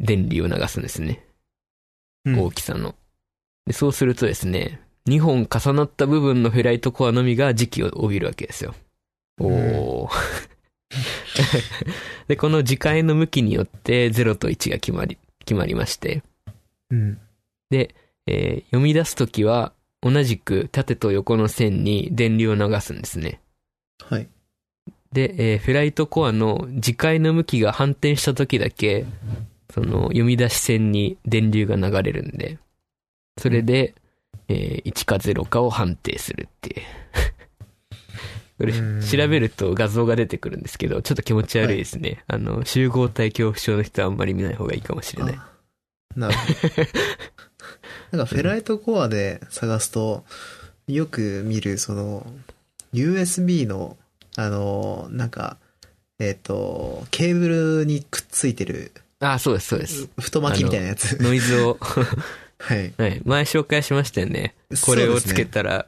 Speaker 2: 電流を流すんですね。
Speaker 1: うん
Speaker 2: 大きさの。でそうするとですね、2本重なった部分のフェライトコアのみが磁気を帯びるわけですよ。おー。 [laughs] で、この磁界の向きによって0と1が決まり、決まりまして、
Speaker 1: うん。
Speaker 2: えー読み出すときは同じく縦と横の線に電流を流すんですね。
Speaker 1: はい。
Speaker 2: で、えーフェライトコアの磁界の向きが反転した時だけ、その読み出し線に電流が流れるんで、それで、えー1か0かを判定するっていう。 [laughs] これ、
Speaker 1: うん
Speaker 2: 調べると画像が出てくるんですけど、ちょっと気持ち悪いですね。あの、集合体恐怖症の人はあんまり見ない方がいいかもしれない。
Speaker 1: あなるほ
Speaker 2: [laughs]
Speaker 1: ど。なんかフェライトコアで探すと、よく見る、その、USB の、あの、なんか、えっ、と、ケーブルにくっついてる、
Speaker 2: ああ、そうです、そうです。
Speaker 1: 太巻きみたいなやつ。
Speaker 2: ノイズを、
Speaker 1: [laughs]
Speaker 2: [laughs]
Speaker 1: はい。
Speaker 2: はい、前紹介しましたよね。これをつけ
Speaker 1: て
Speaker 2: たら、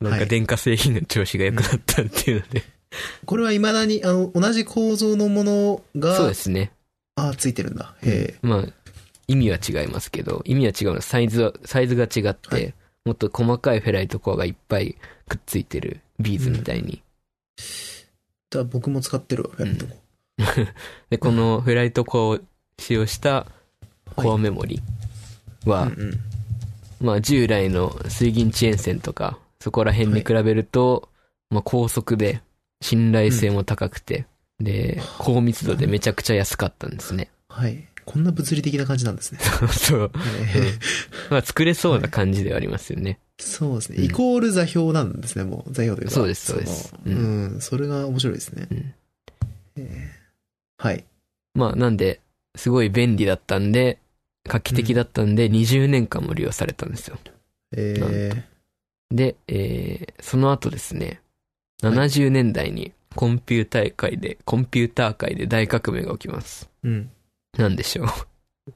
Speaker 2: なん
Speaker 1: は
Speaker 2: か
Speaker 1: い
Speaker 2: 電化製品の調子が良くなったっていうので。
Speaker 1: これは未だに、あの、同じ構造のもの
Speaker 2: そう
Speaker 1: が
Speaker 2: で、すね。
Speaker 1: あ、ついてるんだ。へ
Speaker 2: まあ、意味は違いますけど、意味は違うの。サイズは、サイズが違って、
Speaker 1: はい
Speaker 2: もっと細かいフェライトコアがいっぱいくっついてるビーズみたいに。
Speaker 1: え。だ僕も使ってるわ、フェライトコ
Speaker 2: で、このフェライトコアを使用した
Speaker 1: ア。
Speaker 2: コア
Speaker 1: はい
Speaker 2: メモリは、
Speaker 1: うんうん
Speaker 2: まあ従来の水銀遅延線とか、そこら辺に比べると、まあ高速で、信頼性も高くて、で、高密度でめちゃくちゃ安かったんです
Speaker 1: [laughs]
Speaker 2: ね。
Speaker 1: はい。こんな物理的な感じなんですね。
Speaker 2: そう。
Speaker 1: へえ
Speaker 2: まあ作れそうな感じではありますよね。
Speaker 1: そうですね。
Speaker 2: うん
Speaker 1: イコール座標なんですね、もう。座標というか。
Speaker 2: そうですそうです
Speaker 1: のうん、それが面白いですね。
Speaker 2: うん
Speaker 1: えーはい。
Speaker 2: まあ、なんで、すごい便利だったんで、画期的だったんで、20年間も利用されたんですよ。
Speaker 1: えー
Speaker 2: で、えー、その後ですね、70年代にコンピューター界で、コンピューター界で大革命が起きます。
Speaker 1: うん。
Speaker 2: なんでしょう。
Speaker 1: う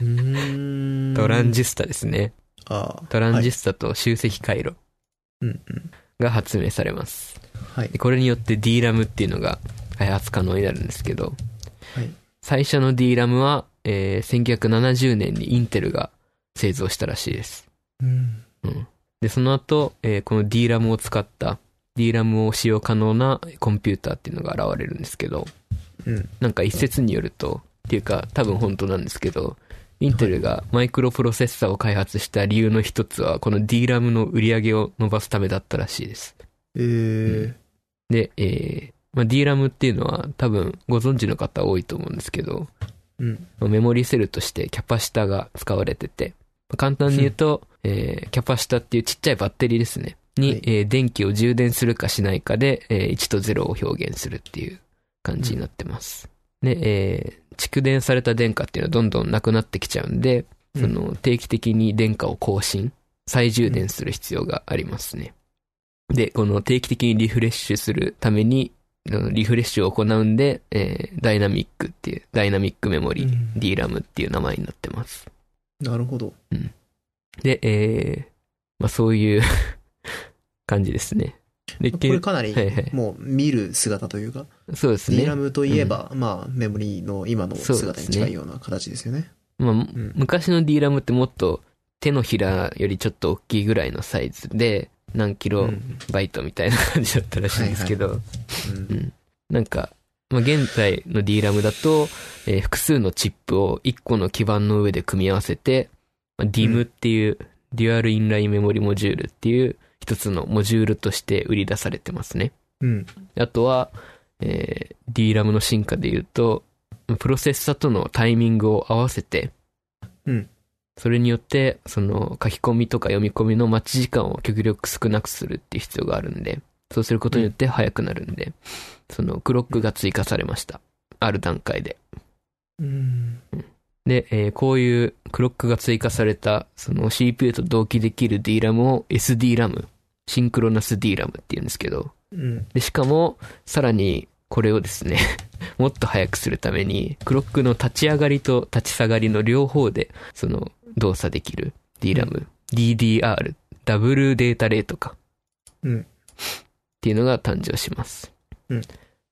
Speaker 1: ーん
Speaker 2: トランジスタですね。
Speaker 1: あー
Speaker 2: トランジスタと集積回路
Speaker 1: うんうん。
Speaker 2: が発明されます。
Speaker 1: はい
Speaker 2: で。これによって DRAM っていうのが開発可能になるんですけど、
Speaker 1: はい
Speaker 2: 最初の DRAM は、えー、1970年にインテルが製造したらしいです。
Speaker 1: うん。
Speaker 2: うん。で、その後、えーこの DRAM を使った DRAM を使用可能なコンピューターっていうのが現れるんですけど、
Speaker 1: うん。
Speaker 2: なんか一説によると、っていうか多分本当なんですけど、インテルがマイクロプロセッサーを開発した理由の一つは、この DRAM の売り上げを伸ばすためだったらしいです。
Speaker 1: えー
Speaker 2: で、えーまあ、DRAM っていうのは多分ご存知の方多いと思うんですけど、
Speaker 1: うん。
Speaker 2: まあメモリーセルとしてキャパシタが使われてて、まあ簡単に言うと、えーキャパシタっていうちっちゃいバッテリーですね。に、
Speaker 1: はい
Speaker 2: えー電気を充電するかしないかで、えー1と0を表現するっていう感じになってます。で、えー蓄電された電荷っていうのはどんどんなくなってきちゃうんで、その定期的に電荷を更新、再充電する必要がありますね。で、この定期的にリフレッシュするために、あのリフレッシュを行うんで、えーダイナミックっていう、ダイナミックメモリ
Speaker 1: う
Speaker 2: ー
Speaker 1: ん
Speaker 2: DRAM っていう名前になってます。
Speaker 1: なるほど。
Speaker 2: で、えーまあそういう [laughs] 感じですね。で、
Speaker 1: こ
Speaker 2: け
Speaker 1: れかなり
Speaker 2: は、いはい。
Speaker 1: もう見る姿というか、
Speaker 2: そうです
Speaker 1: DRAM、
Speaker 2: ね。
Speaker 1: といえば、まあ、メモリーの今の姿に近いような形ですよね。
Speaker 2: まあ、
Speaker 1: うん
Speaker 2: 昔の DRAM ってもっと手のひらよりちょっと大きいぐらいのサイズで、何キロ
Speaker 1: うん
Speaker 2: バイトみたいな感じだったらしいんですけど、
Speaker 1: うん
Speaker 2: なんか、まあ、現在の DRAM だと、えー複数のチップを1個の基板の上で組み合わせて、まあ、
Speaker 1: うん
Speaker 2: DIM っていう、デュアルインラインメモリモジュールっていう一つのモジュールとして売り出されてますね。
Speaker 1: うん。
Speaker 2: あとは、えー DRAM の進化で言うと、プロセッサとのタイミングを合わせて、
Speaker 1: うん
Speaker 2: それによって、その書き込みとか読み込みの待ち時間を極力少なくするっていう必要があるんで、そうすることによって早くなるんで、そのクロックが追加されました。ある段階で。
Speaker 1: うん。
Speaker 2: で、えーこういうクロックが追加された、その CPU と同期できる DRAM を SDRAM、シンクロナス DRAM って言うんですけど、
Speaker 1: うん。
Speaker 2: で、しかも、さらに、これをですね、 [laughs] もっと早くするために、クロックの立ち上がりと立ち下がりの両方で、その、動作できる DRAM、DDR、ダブルデータレートか。
Speaker 1: うん
Speaker 2: っていうのが誕生します。
Speaker 1: うん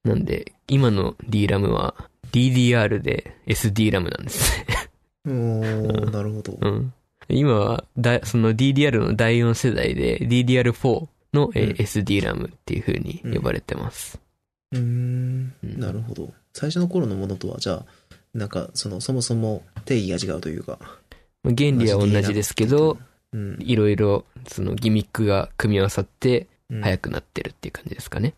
Speaker 2: なんで、今の DRAM は、DDR で SDRAM なんですね。 [laughs]
Speaker 1: おー、なるほど。
Speaker 2: うん。今はだ、その DDR の第4世代で DDR4 の、えー
Speaker 1: うん
Speaker 2: SDRAM っていう風に呼ばれてます。
Speaker 1: うーん。
Speaker 2: うん
Speaker 1: なるほど。最初の頃のものとは、じゃあ、なんか、その、そもそも定義が違うというか。
Speaker 2: まあ原理は同じですけど、
Speaker 1: うん。
Speaker 2: いろいろそのギミックが組み合わさって
Speaker 1: うん
Speaker 2: 速くなってるっていう感じですかね。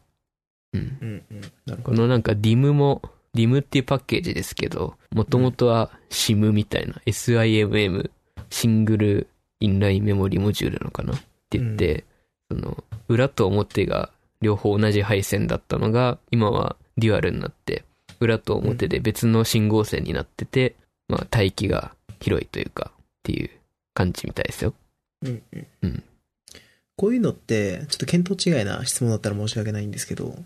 Speaker 2: うん。
Speaker 1: うんうん。なるほ
Speaker 2: こ
Speaker 1: ど。
Speaker 2: のなんか DIM も、DIM っていうパッケージですけど、もともとは SIM みたいな、SIMM、シングルインラインメモリモジュールなのかなって言って、その裏と表が両方同じ配線だったのが、今はデュアルになって、裏と表で別の信号線になってて、まあ帯域が広いというか、っていう感じみたいですよ。
Speaker 1: うんうん。
Speaker 2: うん
Speaker 1: こういうのって、ちょっと見当違いな質問だったら申し訳ないんですけど、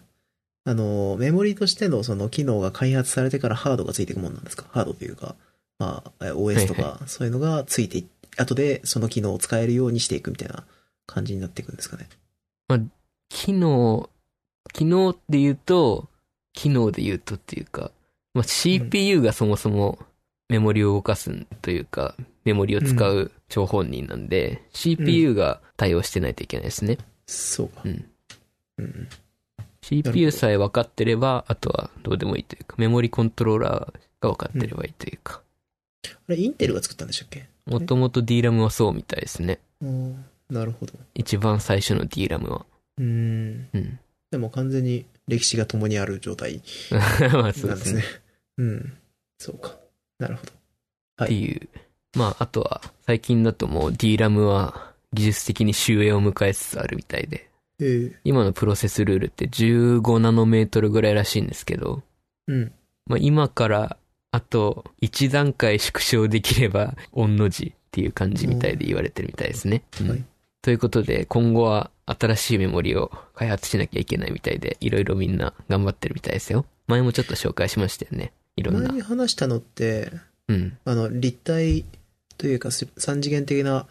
Speaker 1: あの、メモリとしてのその機能が開発されてからハードがついていくもんなんですかハードというか、まあ、え OS と
Speaker 2: は
Speaker 1: か、そういうのがついてい後でその機能を使えるようにしていくみたいな感じになっていくんですかね。
Speaker 2: 機能、機能で言うと、機能で言うとっていうか、まあ、CPU がそもそもメモリを動かすというか、メモリを使う張本人なんで、CPU が対応してないといけないですね。
Speaker 1: そうか。
Speaker 2: うん。
Speaker 1: うんうん。
Speaker 2: CPU さえ分かってれば、あとはどうでもいいというか、メモリコントローラーが分かってればいいというか、
Speaker 1: あれ、インテルが作ったんでしたっけ
Speaker 2: もともと DRAM はそうみたいですね。
Speaker 1: あーなるほど。
Speaker 2: 一番最初の DRAM は。
Speaker 1: うーん。
Speaker 2: うん。 [laughs]
Speaker 1: でも完全に歴史が共にある状態
Speaker 2: まあそう
Speaker 1: な
Speaker 2: で
Speaker 1: んですす
Speaker 2: ね
Speaker 1: ね。。うん。そうか。なるほど。
Speaker 2: っていう。まあ、あとは、最近だともう DRAM は技術的に終焉を迎えつつあるみたいで、
Speaker 1: えー、
Speaker 2: 今のプロセスルールって15ナノメートルぐらいらしいんですけど、
Speaker 1: うん。
Speaker 2: まあ今から、あと1段階縮小できれば、御の字っていう感じみたいで言われてるみたいですね。うん
Speaker 1: はい
Speaker 2: ということで、今後は新しいメモリを開発しなきゃいけないみたいで、いろいろみんな頑張ってるみたいですよ。前もちょっと紹介しましたよね。いろん
Speaker 1: 前
Speaker 2: な
Speaker 1: に。話したのって、
Speaker 2: うん。
Speaker 1: あの、立体というか、す三次元的な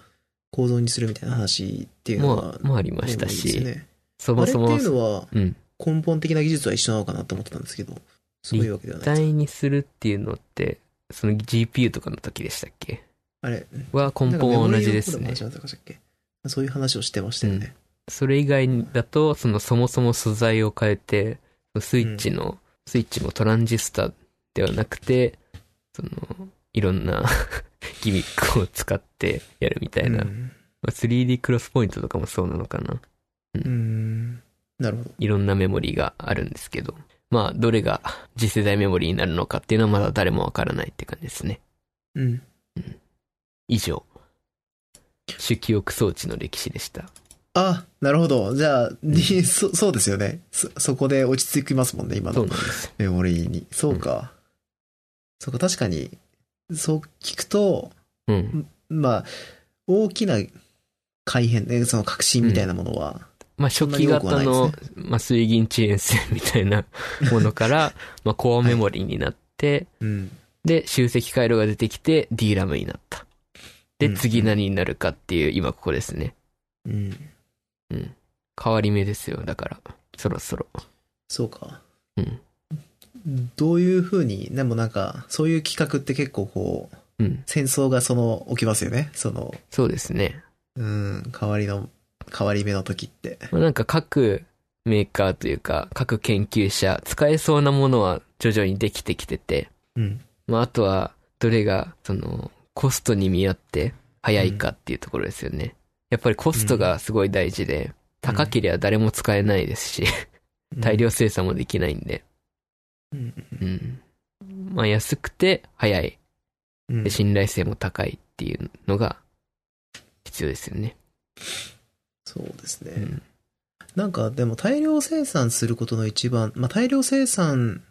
Speaker 1: 構造にするみたいな話っていうの
Speaker 2: も
Speaker 1: は
Speaker 2: う、、もうありました
Speaker 1: で
Speaker 2: し、
Speaker 1: もいいですね
Speaker 2: そ
Speaker 1: あ
Speaker 2: も
Speaker 1: れっ
Speaker 2: そ
Speaker 1: て
Speaker 2: も、
Speaker 1: いうのは、
Speaker 2: うん。
Speaker 1: 根本的な技術は一緒なのかなと思ってたんですけど、そういうわけでは
Speaker 2: 立
Speaker 1: ない。
Speaker 2: 体にするっていうのって、その GPU とかの時でしたっけ
Speaker 1: あれ、
Speaker 2: は根本は同じです
Speaker 1: なん
Speaker 2: ね
Speaker 1: かメモリーの。方も同じだったかしたっけそういう話をしてましたよね。
Speaker 2: それ以外だと、そのそもそも素材を変えて、スイッチの、スイッチもトランジスタではなくて、その、いろんな [laughs] ギミックを使ってやるみたいな。
Speaker 1: う
Speaker 2: ま
Speaker 1: ん
Speaker 2: あ 3D クロスポイントとかもそうなのかな。
Speaker 1: うーん。なるほど。
Speaker 2: いろんなメモリがあるんですけど。まあ、どれが次世代メモリになるのかっていうのはまだ誰もわからないって感じですね。
Speaker 1: うん。
Speaker 2: 以上。主記憶装置の歴史でした。
Speaker 1: あ、なるほど。じゃあ、にそそうですよねそ。そこで落ち着きますもんね、今
Speaker 2: そう
Speaker 1: の
Speaker 2: なんです。
Speaker 1: メモリーに。そうか。そうか、確かに、そう聞くと、
Speaker 2: うん。
Speaker 1: まあ、大きな改変、ね、その革新みたいなものは、
Speaker 2: まあ、初期型の、まあ、水銀遅延線みたいなもの
Speaker 1: [laughs]
Speaker 2: から、まあ、コアメモリーになって、
Speaker 1: うん。
Speaker 2: で、集積回路が出てきて、DRAM になった。で、
Speaker 1: うん
Speaker 2: 次何になるかっていう、今ここですね。
Speaker 1: うん。
Speaker 2: うん。変わり目ですよ、だから。そろそろ。
Speaker 1: そうか。
Speaker 2: うん。
Speaker 1: どういう風に、でもなんか、そういう企画って結構こう、
Speaker 2: うん。
Speaker 1: 戦争がその、起きますよね。その、
Speaker 2: そうですね。
Speaker 1: うん、変わりの、変わり目の時って。
Speaker 2: まあ、なんか各メーカーというか、各研究者、使えそうなものは徐々にできてきてて、
Speaker 1: うん。
Speaker 2: まあ、あとは、どれが、その、コストに見合って、早いかっていうところですよね。やっぱりコストがすごい大事で、高けりゃ誰も使えないですし、大量生産もできないんで、
Speaker 1: うん。
Speaker 2: うん。まあ、安くて、早い。
Speaker 1: うん。
Speaker 2: で信頼性も高いっていうのが、必要ですよね。
Speaker 1: そうですね。
Speaker 2: うん。
Speaker 1: なんかでも大量生産することの一番、まあ、大量生産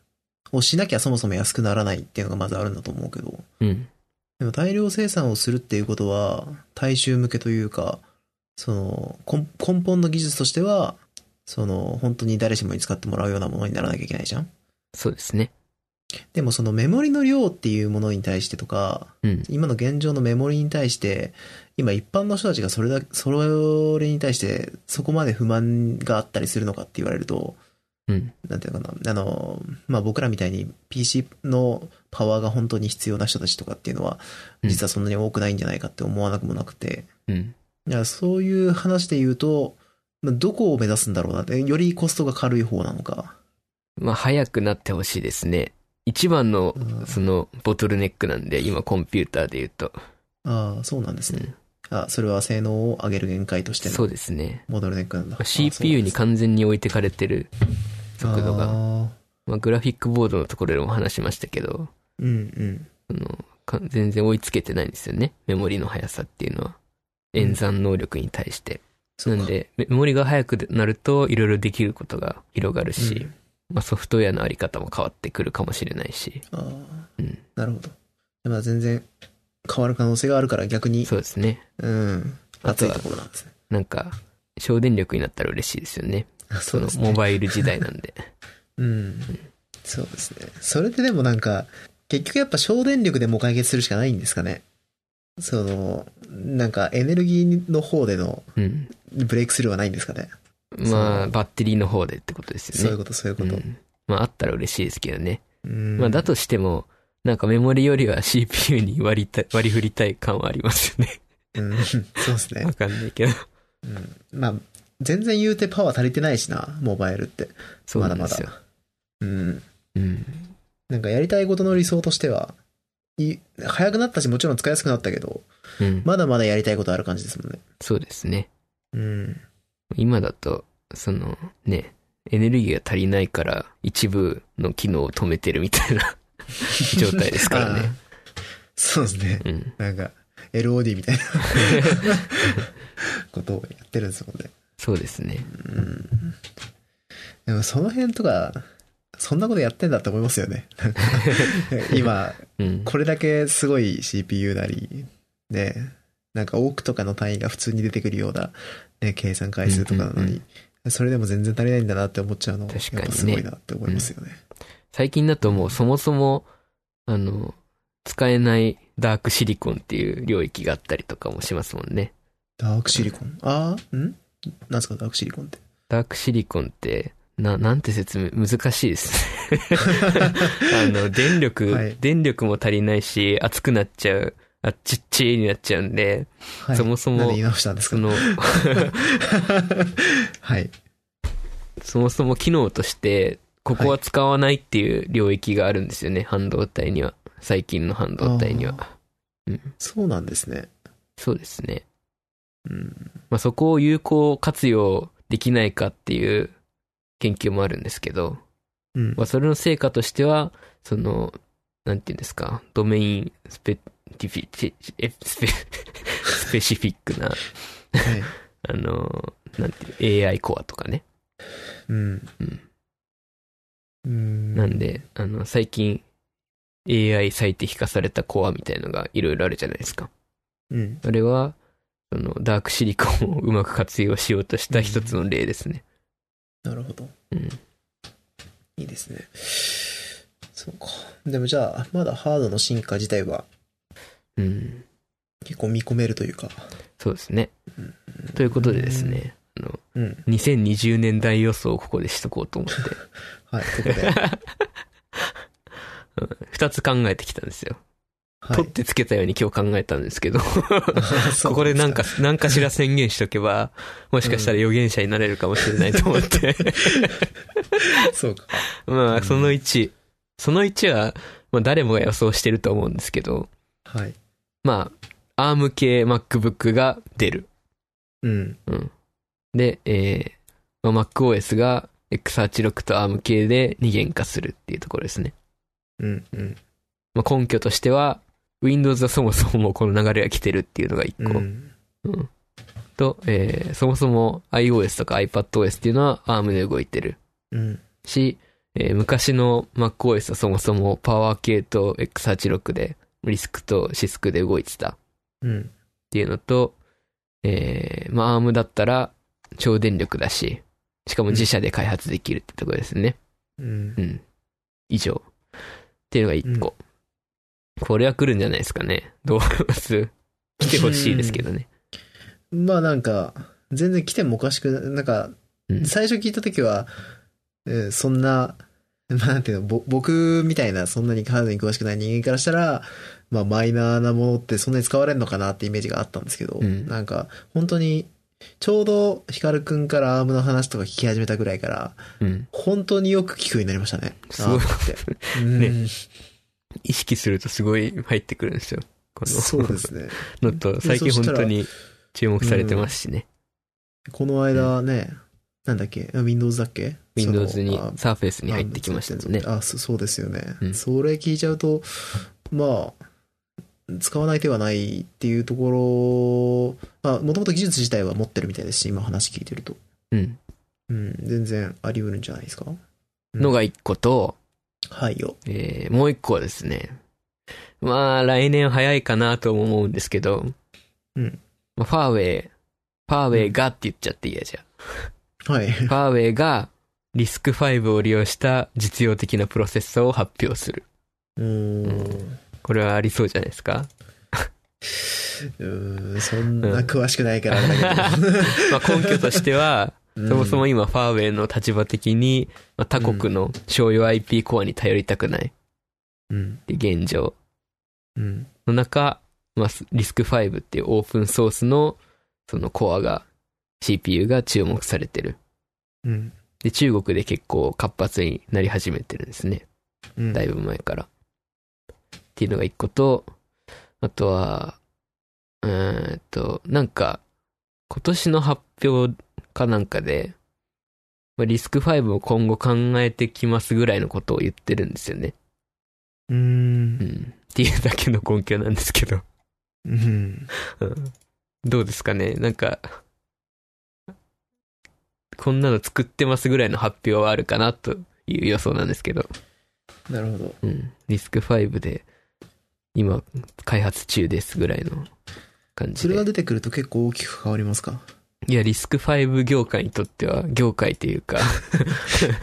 Speaker 1: をしなきゃそもそも安くならないっていうのがまずあるんだと思うけど、
Speaker 2: うん。
Speaker 1: でも大量生産をするっていうことは、大衆向けというか、その、根根本の技術としては、その、本当に誰しもに使ってもらうようなものにならなきゃいけないじゃん
Speaker 2: そうですね。
Speaker 1: でもそのメモリの量っていうものに対してとか、
Speaker 2: うん。
Speaker 1: 今の現状のメモリに対して、今一般の人たちがそれだ、それに対してそこまで不満があったりするのかって言われると、
Speaker 2: うん。
Speaker 1: なんていうのかな、あの、まあ、僕らみたいに PC のパワーが本当に必要な人たちとかっていうのは、
Speaker 2: うん
Speaker 1: 実はそんなに多くないんじゃないかって思わなくもなくて、
Speaker 2: うん。
Speaker 1: いやそういう話で言うと、まあどこを目指すんだろうなって、よりコストが軽い方なのか。
Speaker 2: まあ、早くなってほしいですね。一番の
Speaker 1: う、ん
Speaker 2: その、ボトルネックなんで、今、コンピューターで言うと。
Speaker 1: ああ、そうなんです
Speaker 2: う
Speaker 1: ね。
Speaker 2: ん。
Speaker 1: あそれは性能を上げる限界として
Speaker 2: そ
Speaker 1: の
Speaker 2: うですね。
Speaker 1: モデルネックなんだ
Speaker 2: まあ。CPU に完全に置いてかれてる速度が、
Speaker 1: が。
Speaker 2: まあ、グラフィックボードのところでも話しましたけど、
Speaker 1: うんうん。
Speaker 2: そのか全然追いつけてないんですよね。メモリの速さっていうのは。演算能力に対して。
Speaker 1: そう
Speaker 2: な
Speaker 1: か
Speaker 2: ん、で、メモリが速くなると、いろいろできることが広がる
Speaker 1: う
Speaker 2: し、
Speaker 1: ん
Speaker 2: まあ、ソフトウェアのあり方も変わってくるかもしれないし、
Speaker 1: ああ、
Speaker 2: うん
Speaker 1: なるほど。でまあ全然変わる可能性があるから逆に、
Speaker 2: そうですね。
Speaker 1: うん、
Speaker 2: あ
Speaker 1: 熱
Speaker 2: と
Speaker 1: い
Speaker 2: は
Speaker 1: ところなんですね。
Speaker 2: なんか、省電力になったら嬉しいですよね。
Speaker 1: あ
Speaker 2: そ
Speaker 1: そう
Speaker 2: の
Speaker 1: ですね
Speaker 2: モバイル時代なんで。
Speaker 1: うん。そうですね。それってでもなんか、結局やっぱ省電力でも解決するしかないんですかね。その、なんかエネルギーの方での
Speaker 2: うん。
Speaker 1: ブレイクスルーはないんですかね。[laughs]
Speaker 2: ま
Speaker 1: そ
Speaker 2: あ、
Speaker 1: う
Speaker 2: バッテリーの方でってことです
Speaker 1: そうい
Speaker 2: よ
Speaker 1: うこ
Speaker 2: ね。
Speaker 1: と、そういうこ
Speaker 2: う
Speaker 1: と。
Speaker 2: ん。まあ、あったら嬉しいですけどね。
Speaker 1: うん
Speaker 2: まあ、だとしても、なんかメモリよりは CPU に割りたい、割り振りたい感はありますよね。
Speaker 1: うん、 [laughs] そうですね
Speaker 2: わ。かんないけど。
Speaker 1: うん。まあ、全然言うてパワー足りてないしな、モバイルって。
Speaker 2: そう
Speaker 1: ま
Speaker 2: な
Speaker 1: だ
Speaker 2: ん
Speaker 1: ま
Speaker 2: ですよ。
Speaker 1: だ。うん。
Speaker 2: うん。
Speaker 1: なんかやりたいことの理想としては、い早くなったし、もちろん使いやすくなったけど、
Speaker 2: うん。
Speaker 1: まだまだやりたいことある感じですもんね。
Speaker 2: そうですね。
Speaker 1: うん。
Speaker 2: 今だと、その、ね、エネルギーが足りないから、一部の機能を止めてるみたいな [laughs] 状態ですから
Speaker 1: [laughs]
Speaker 2: ね。
Speaker 1: あー。そうですね。
Speaker 2: うん。
Speaker 1: なんか、LOD みたいな [laughs] ことをやってるんですもんね。
Speaker 2: そうですね。
Speaker 1: うん。でもその辺とか、そんなことやってんだって思いますよね。なん [laughs] か今、
Speaker 2: うん。
Speaker 1: これだけすごい CPU なり、ね、なんか多くとかの単位が普通に出てくるような、ね、計算回数とかなの
Speaker 2: うん
Speaker 1: に、
Speaker 2: うん
Speaker 1: それでも全然足りないんだなって思っちゃうの、
Speaker 2: 確かにね
Speaker 1: やっぱすごいなって思いますよね。
Speaker 2: 最近だともうそもそも、あの、使えないダークシリコンっていう領域があったりとかもしますもんね。
Speaker 1: ダークシリコン。ああ、んなんすかダークシリコン
Speaker 2: [laughs]
Speaker 1: って。
Speaker 2: ダークシリコンって、な、なんて説明、難しい
Speaker 1: [laughs]
Speaker 2: ですね。あの、電力、
Speaker 1: はい
Speaker 2: 電力も足りないし、熱くなっちゃう、あっちっちーになっちゃうんで、
Speaker 1: はい
Speaker 2: そもそも
Speaker 1: なんで言い直したんです
Speaker 2: そ
Speaker 1: か
Speaker 2: の、
Speaker 1: [laughs] はい。
Speaker 2: そもそも機能として、ここは使わないっていう領域があるんですよね、半導体には。最近の半導体には。うん、
Speaker 1: そうなんですね。
Speaker 2: そうですね。
Speaker 1: うん。
Speaker 2: まあ、そこを有効活用できないかっていう研究もあるんですけど、
Speaker 1: うん
Speaker 2: まあ、それの成果としては、その、なんていうんですか、ドメインスペティフィチえスペ [laughs] スペシフィックな、
Speaker 1: はい。
Speaker 2: あの、なんていう、AI コアとかね。
Speaker 1: うん。
Speaker 2: うん
Speaker 1: うん。
Speaker 2: なんで、あの、最近、AI 最適化されたコアみたいのがいろいろあるじゃないですか。
Speaker 1: うん。
Speaker 2: それは、その、ダークシリコンをうまく活用しようとした一つの例ですね。
Speaker 1: なるほど。
Speaker 2: うん。
Speaker 1: いいですね。そうか。でもじゃあ、まだハードの進化自体は
Speaker 2: うん。
Speaker 1: 結構見込めるというか。
Speaker 2: そうですね。ということでですね、あの、
Speaker 1: うん。
Speaker 2: 2020年代予想をここでしとこうと思って、
Speaker 1: はい、ここ
Speaker 2: [laughs]
Speaker 1: で。
Speaker 2: 二つ考えてきたんですよ。
Speaker 1: はい
Speaker 2: 取っ。てつけたように今日考えたんですけど、
Speaker 1: [laughs] そう
Speaker 2: ここでなん
Speaker 1: す
Speaker 2: か、なんかしら宣言しとけば、もしかしたら予言者になれるかもしれないと思
Speaker 1: [laughs]
Speaker 2: って。
Speaker 1: か。 [laughs] そうか。
Speaker 2: まあ、その1。その1は、まあ誰もが予想してると思うんですけど、
Speaker 1: はい。
Speaker 2: まあ、ARM 系 MacBook が出る。
Speaker 1: うん。
Speaker 2: で、えーまあ、MacOS が X86 と ARM 系で二元化するっていうところですね。
Speaker 1: うん。うん。
Speaker 2: まあ、根拠としては、Windows はそもそもこの流れが来てるっていうのが一個。
Speaker 1: うん。
Speaker 2: うんと、えーそもそも iOS とか iPadOS っていうのは ARM で動いてる
Speaker 1: うん。
Speaker 2: し、えー昔の MacOS はそもそもパワー系と X86 で、リスクとシスクで動いてたっ
Speaker 1: うん。
Speaker 2: ていうのと、えーまあ ARM だったら超電力だし、しかも自社で開発できるってところですね。
Speaker 1: うん
Speaker 2: う。ん。以上。っていうのが一個。これは来るんじゃないですかね。どう思います来てほしいですけどね。
Speaker 1: まあなんか、全然来てもおかしくな、なんか
Speaker 2: う、ん
Speaker 1: 最初聞いた時は、うんそんな、 [laughs] まあなんていうの、ぼ僕みたいなそんなにハードに詳しくない人間からしたら、まあマイナーなものってそんなに使われるのかなってイメージがあったんですけど、
Speaker 2: うん
Speaker 1: なんか本当に、ちょうどヒカルくんからアームの話とか聞き始めたぐらいから、
Speaker 2: うん。
Speaker 1: 本当によく聞くようになりましたね。
Speaker 2: すご
Speaker 1: あ
Speaker 2: い
Speaker 1: ーって。
Speaker 2: [laughs]
Speaker 1: うん、
Speaker 2: 意識するとすごい入ってくるんですよ。この
Speaker 1: そうですね。
Speaker 2: [laughs] のと、最近本当に注目されてますしね。
Speaker 1: この間ね、なんだっけ、Windows だっけ
Speaker 2: Windows に
Speaker 1: そのあ、
Speaker 2: Surface に入ってきましたもんね。
Speaker 1: あ、そそうですよね、
Speaker 2: うん
Speaker 1: それ聞いちゃうと、まあ、使わない手はないっていうところ、まあ、もともと技術自体は持ってるみたいですし、今話聞いてると。
Speaker 2: うん。
Speaker 1: うん、全然あり得るんじゃないですか。うん
Speaker 2: のが一個と、
Speaker 1: はいよ。
Speaker 2: えー、もう一個はですね。まあ、来年早いかなとも思うんですけど。
Speaker 1: うん。
Speaker 2: まあ、ファーウェイ、ファーウェイがって言っちゃっていいや、じゃあ。 [laughs]
Speaker 1: はい。
Speaker 2: ファーウェイがリスク5を利用した実用的なプロセッサーを発表する。
Speaker 1: うーん。
Speaker 2: これはありそうじゃないですか。
Speaker 1: うーん、そんな詳しくないからあれだけど。
Speaker 2: まあ根拠としては、
Speaker 1: うん [laughs]
Speaker 2: そもそも今ファーウェイの立場的に、まあ他国の商用 IP コアに頼りたくない
Speaker 1: うん。
Speaker 2: っていう現状
Speaker 1: うん。
Speaker 2: の中、まあ、スリスク5っていうオープンソースのそのコアが、CPU が注目されてる。
Speaker 1: うん。
Speaker 2: で、中国で結構活発になり始めてるんですね。
Speaker 1: うん
Speaker 2: だいぶ前から。っていうのが一個と、あとは、うーんと、なんか、今年の発表かなんかで、まあリスク5を今後考えてきますぐらいのことを言ってるんですよね。
Speaker 1: うーん
Speaker 2: う。ん。っていうだけの根拠なんですけど。
Speaker 1: うん。
Speaker 2: うんどうですかねなんか、こんなの作ってますぐらいの発表はあるかなという予想なんですけど。
Speaker 1: なるほど。
Speaker 2: うん。リスク5で、今、開発中ですぐらいの感じ
Speaker 1: それ
Speaker 2: で
Speaker 1: が。出てくると結構大きく変わります
Speaker 2: [laughs]
Speaker 1: か
Speaker 2: いや、リスク5業界にとっては、業界というか、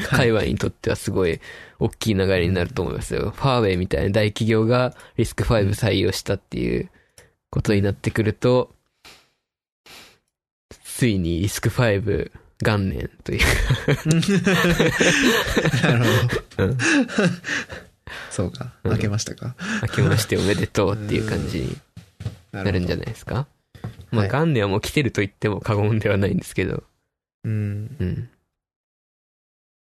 Speaker 2: 界隈にとってはすごい大きい流れになると思いますよ。ファーウェイみたいな大企業がリスク5採用したっていうことになってくると、ついにリスク5元年と [laughs] いう、
Speaker 1: なるほど
Speaker 2: うん。
Speaker 1: そうか。
Speaker 2: うん
Speaker 1: 開けましたか。
Speaker 2: 明けましておめでとうっていう感じに
Speaker 1: な
Speaker 2: なるんじゃ
Speaker 1: ない
Speaker 2: ないですか。まあ、
Speaker 1: はい
Speaker 2: 元年はもう来てると言っても過言ではないんですけど、
Speaker 1: うん。
Speaker 2: うん。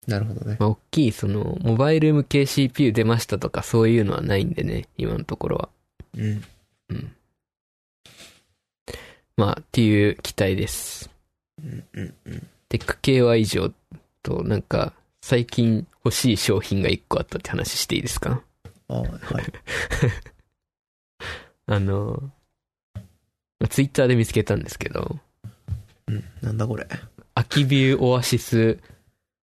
Speaker 1: なるほどね。
Speaker 2: まあ、大きい、その、モバイル向け CPU 出ましたとか、そういうのはないんでね、今のところは。
Speaker 1: うん。
Speaker 2: うん。まあ、っていう期待です。
Speaker 1: うんうんうん。
Speaker 2: テック系は以上と、なんか、最近欲しい商品が1個あったって話していいですか
Speaker 1: あはい。
Speaker 2: あの、ツイッターで見つけたんですけど、
Speaker 1: うん。なんだこれ。
Speaker 2: アキビューオアシス、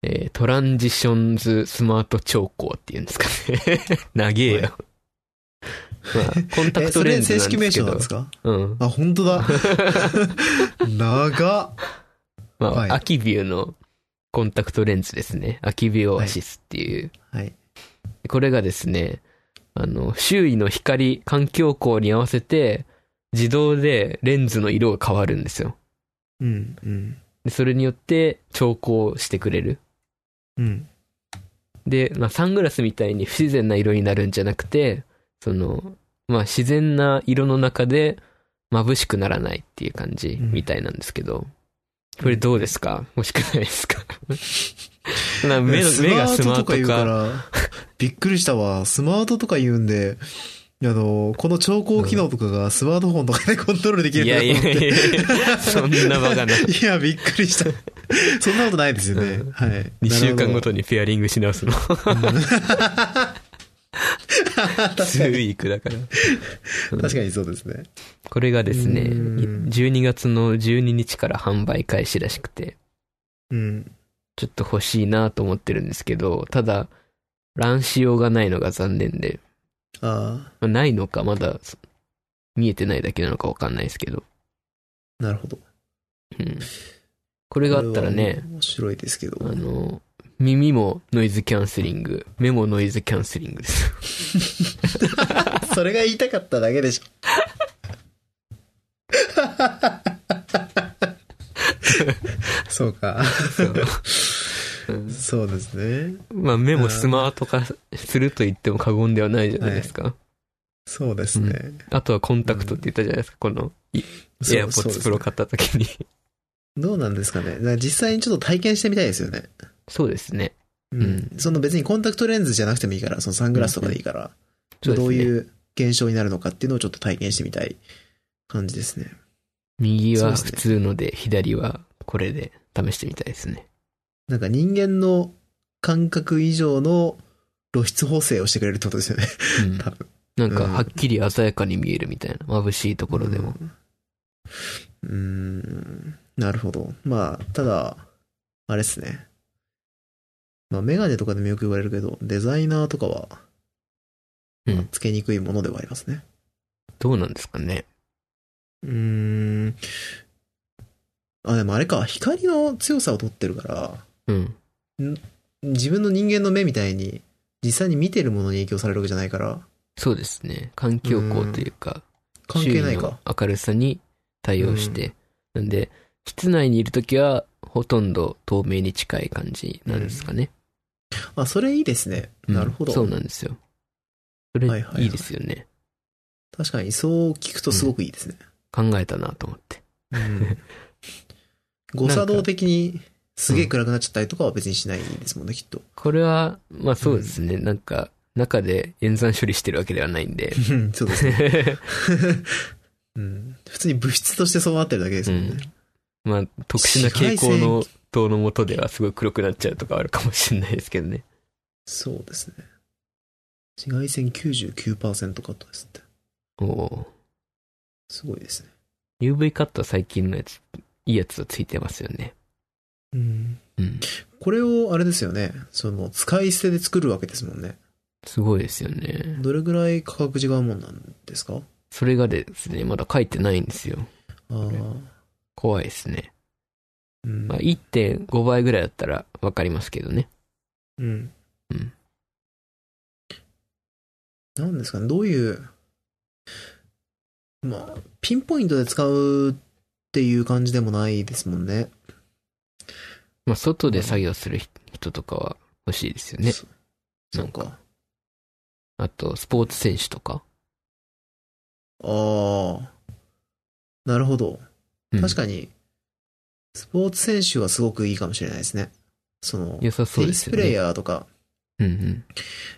Speaker 2: えートランジションズスマート調光っていうんですかね。 [laughs] 長えよ。まあ、コンタ
Speaker 1: え、
Speaker 2: クト
Speaker 1: そ
Speaker 2: レン
Speaker 1: れ
Speaker 2: ズ
Speaker 1: 正
Speaker 2: な
Speaker 1: 式名
Speaker 2: んですけ
Speaker 1: 称
Speaker 2: ど。
Speaker 1: なんですか
Speaker 2: うん。
Speaker 1: あ、本当だ。長っ。
Speaker 2: まあ、
Speaker 1: はい
Speaker 2: アキビューのコンタクトレンズですね。アキビューオアシスっていう。
Speaker 1: はい。
Speaker 2: これがですね、あの、周囲の光、環境光に合わせて、自動でレンズの色が変わるんですよ。
Speaker 1: うん、うん、
Speaker 2: で、それによって調光してくれる。
Speaker 1: うん、
Speaker 2: で、まあ、サングラスみたいに不自然な色になるんじゃなくて、その、まあ、自然な色の中で眩しくならないっていう感じみたいなんですけど、これどうですか欲しくないです [laughs] かなんか目の目がスマート
Speaker 1: 言う
Speaker 2: か
Speaker 1: から、びっくりしたわ。スマートとか言うんで、あの、この調光機能とかがスマートフォンとかでコントロールできる
Speaker 2: い
Speaker 1: んだ
Speaker 2: や
Speaker 1: と思
Speaker 2: い
Speaker 1: っ
Speaker 2: や
Speaker 1: て。
Speaker 2: いや、そんなバカ [laughs] な。
Speaker 1: いや、びっくりした。そんなことないですよね。
Speaker 2: うん
Speaker 1: はい。
Speaker 2: 2週間ご
Speaker 1: と。
Speaker 2: とにペアリングし直すの。ツーウィークだから。
Speaker 1: [laughs] 確かにそうですね。
Speaker 2: これがですね、
Speaker 1: うん
Speaker 2: 12月の12日から販売開始らしくて、
Speaker 1: うん。
Speaker 2: ちょっと欲しいなと思ってるんですけど、ただ、乱しようがないのが残念で、
Speaker 1: あ
Speaker 2: まあないのか、まだそ見えてないだけなのかわかんないですけど、
Speaker 1: あ、なるほど。こ
Speaker 2: うんこれがあったらね、
Speaker 1: 面白いですけど。
Speaker 2: あの、耳もノイズキャンセリング、目もノイズキャンセリングです。
Speaker 1: それが言いたかっただけでしょ。そうか。
Speaker 2: そううん
Speaker 1: そうですね。
Speaker 2: [laughs] まあ目もスマート化すると言っても過言ではないじゃないですか。
Speaker 1: そうですね。
Speaker 2: あとはコンタクトって言ったじゃないですか、このい
Speaker 1: そう
Speaker 2: AirPods
Speaker 1: そう
Speaker 2: Pro
Speaker 1: ですね
Speaker 2: 買った時に。
Speaker 1: どうなんですかね。だから実際にちょっと体験してみたいですよね。
Speaker 2: そうですね。
Speaker 1: うん。
Speaker 2: う
Speaker 1: その別にコンタクトレンズじゃなくてもいいから、そのサングラスとかでいいから、
Speaker 2: そうですね
Speaker 1: どういう現象になるのかっていうのをちょっと体験してみたい感じですね。
Speaker 2: 右
Speaker 1: そう
Speaker 2: は
Speaker 1: ですね
Speaker 2: 普通ので、左はこれで試してみたいですね。
Speaker 1: なんか人間の感覚以上の露出補正をしてくれるってことですよね。
Speaker 2: うん
Speaker 1: 多分。
Speaker 2: なんかはっきり鮮やかに見えるみたいな、眩しいところでも。
Speaker 1: うん。うーん。なるほど。まあ、ただ、あれですね。まあ、メガネとかでもよく言われるけど、デザイナーとかは、
Speaker 2: うん
Speaker 1: まあつけにくいものではありますね。
Speaker 2: どうなんですかね。
Speaker 1: うーん。あ、でもあれか、光の強さを取ってるから、
Speaker 2: うん。
Speaker 1: 自分の人間の目みたいに、実際に見てるものに影響されるわけじゃないから、
Speaker 2: そうですね。環境光というか、
Speaker 1: 関係ないか。
Speaker 2: 周囲の明るさに対応して。なんで、室内にいるときは、ほとんど透明に近い感じなんですかね。
Speaker 1: あ、それいいですね。
Speaker 2: うん
Speaker 1: なるほど。
Speaker 2: そうなんですよ。それ
Speaker 1: はいはいはい
Speaker 2: いいですよね。
Speaker 1: 確かに、そう聞くとすごくいいですね。
Speaker 2: 考えたなと思って。 [laughs]
Speaker 1: 誤作動的にすげえ暗くなっちゃったりとかは別にしないですもんね、きっと。
Speaker 2: これは、まあそうですね。なんか、中で演算処理してるわけではないんで。
Speaker 1: [laughs] そうですね。うん、普通に物質としてそうなってるだけですもんね。
Speaker 2: まあ、特殊な傾向の灯の下ではすごい黒くなっちゃうとかあるかもしれないですけどね。
Speaker 1: そうですね。紫外線99%カットですって。
Speaker 2: おお
Speaker 1: すごいですね。
Speaker 2: ー UV カットは最近のやつ、いいやつはついてますよね。
Speaker 1: うん。
Speaker 2: うん。
Speaker 1: これを、あれですよね。その、使い捨てで作るわけですもんね。
Speaker 2: すごいですよね。
Speaker 1: どれぐらい価格違うもんなんですか
Speaker 2: それがですね、まだ書いてないんですよ。
Speaker 1: ああ。
Speaker 2: 怖いですね。
Speaker 1: うん
Speaker 2: まあ。1.5倍ぐらいだったらわかりますけどね。
Speaker 1: うん。
Speaker 2: うん
Speaker 1: なんですかね、どういう、まあ、ピンポイントで使うっていう感じでもないですもんね。
Speaker 2: まあ外で作業する人とかは欲しいですよね。
Speaker 1: そそうか。
Speaker 2: あと、スポーツ選手とか。
Speaker 1: ああ。なるほど。
Speaker 2: うん
Speaker 1: 確かに、スポーツ選手はすごくいいかもしれないですね。その、
Speaker 2: 良さそ
Speaker 1: テ
Speaker 2: う
Speaker 1: ニ
Speaker 2: で
Speaker 1: ス
Speaker 2: す
Speaker 1: プ
Speaker 2: よ
Speaker 1: レイ
Speaker 2: ね。
Speaker 1: ヤーとか、
Speaker 2: うんうん。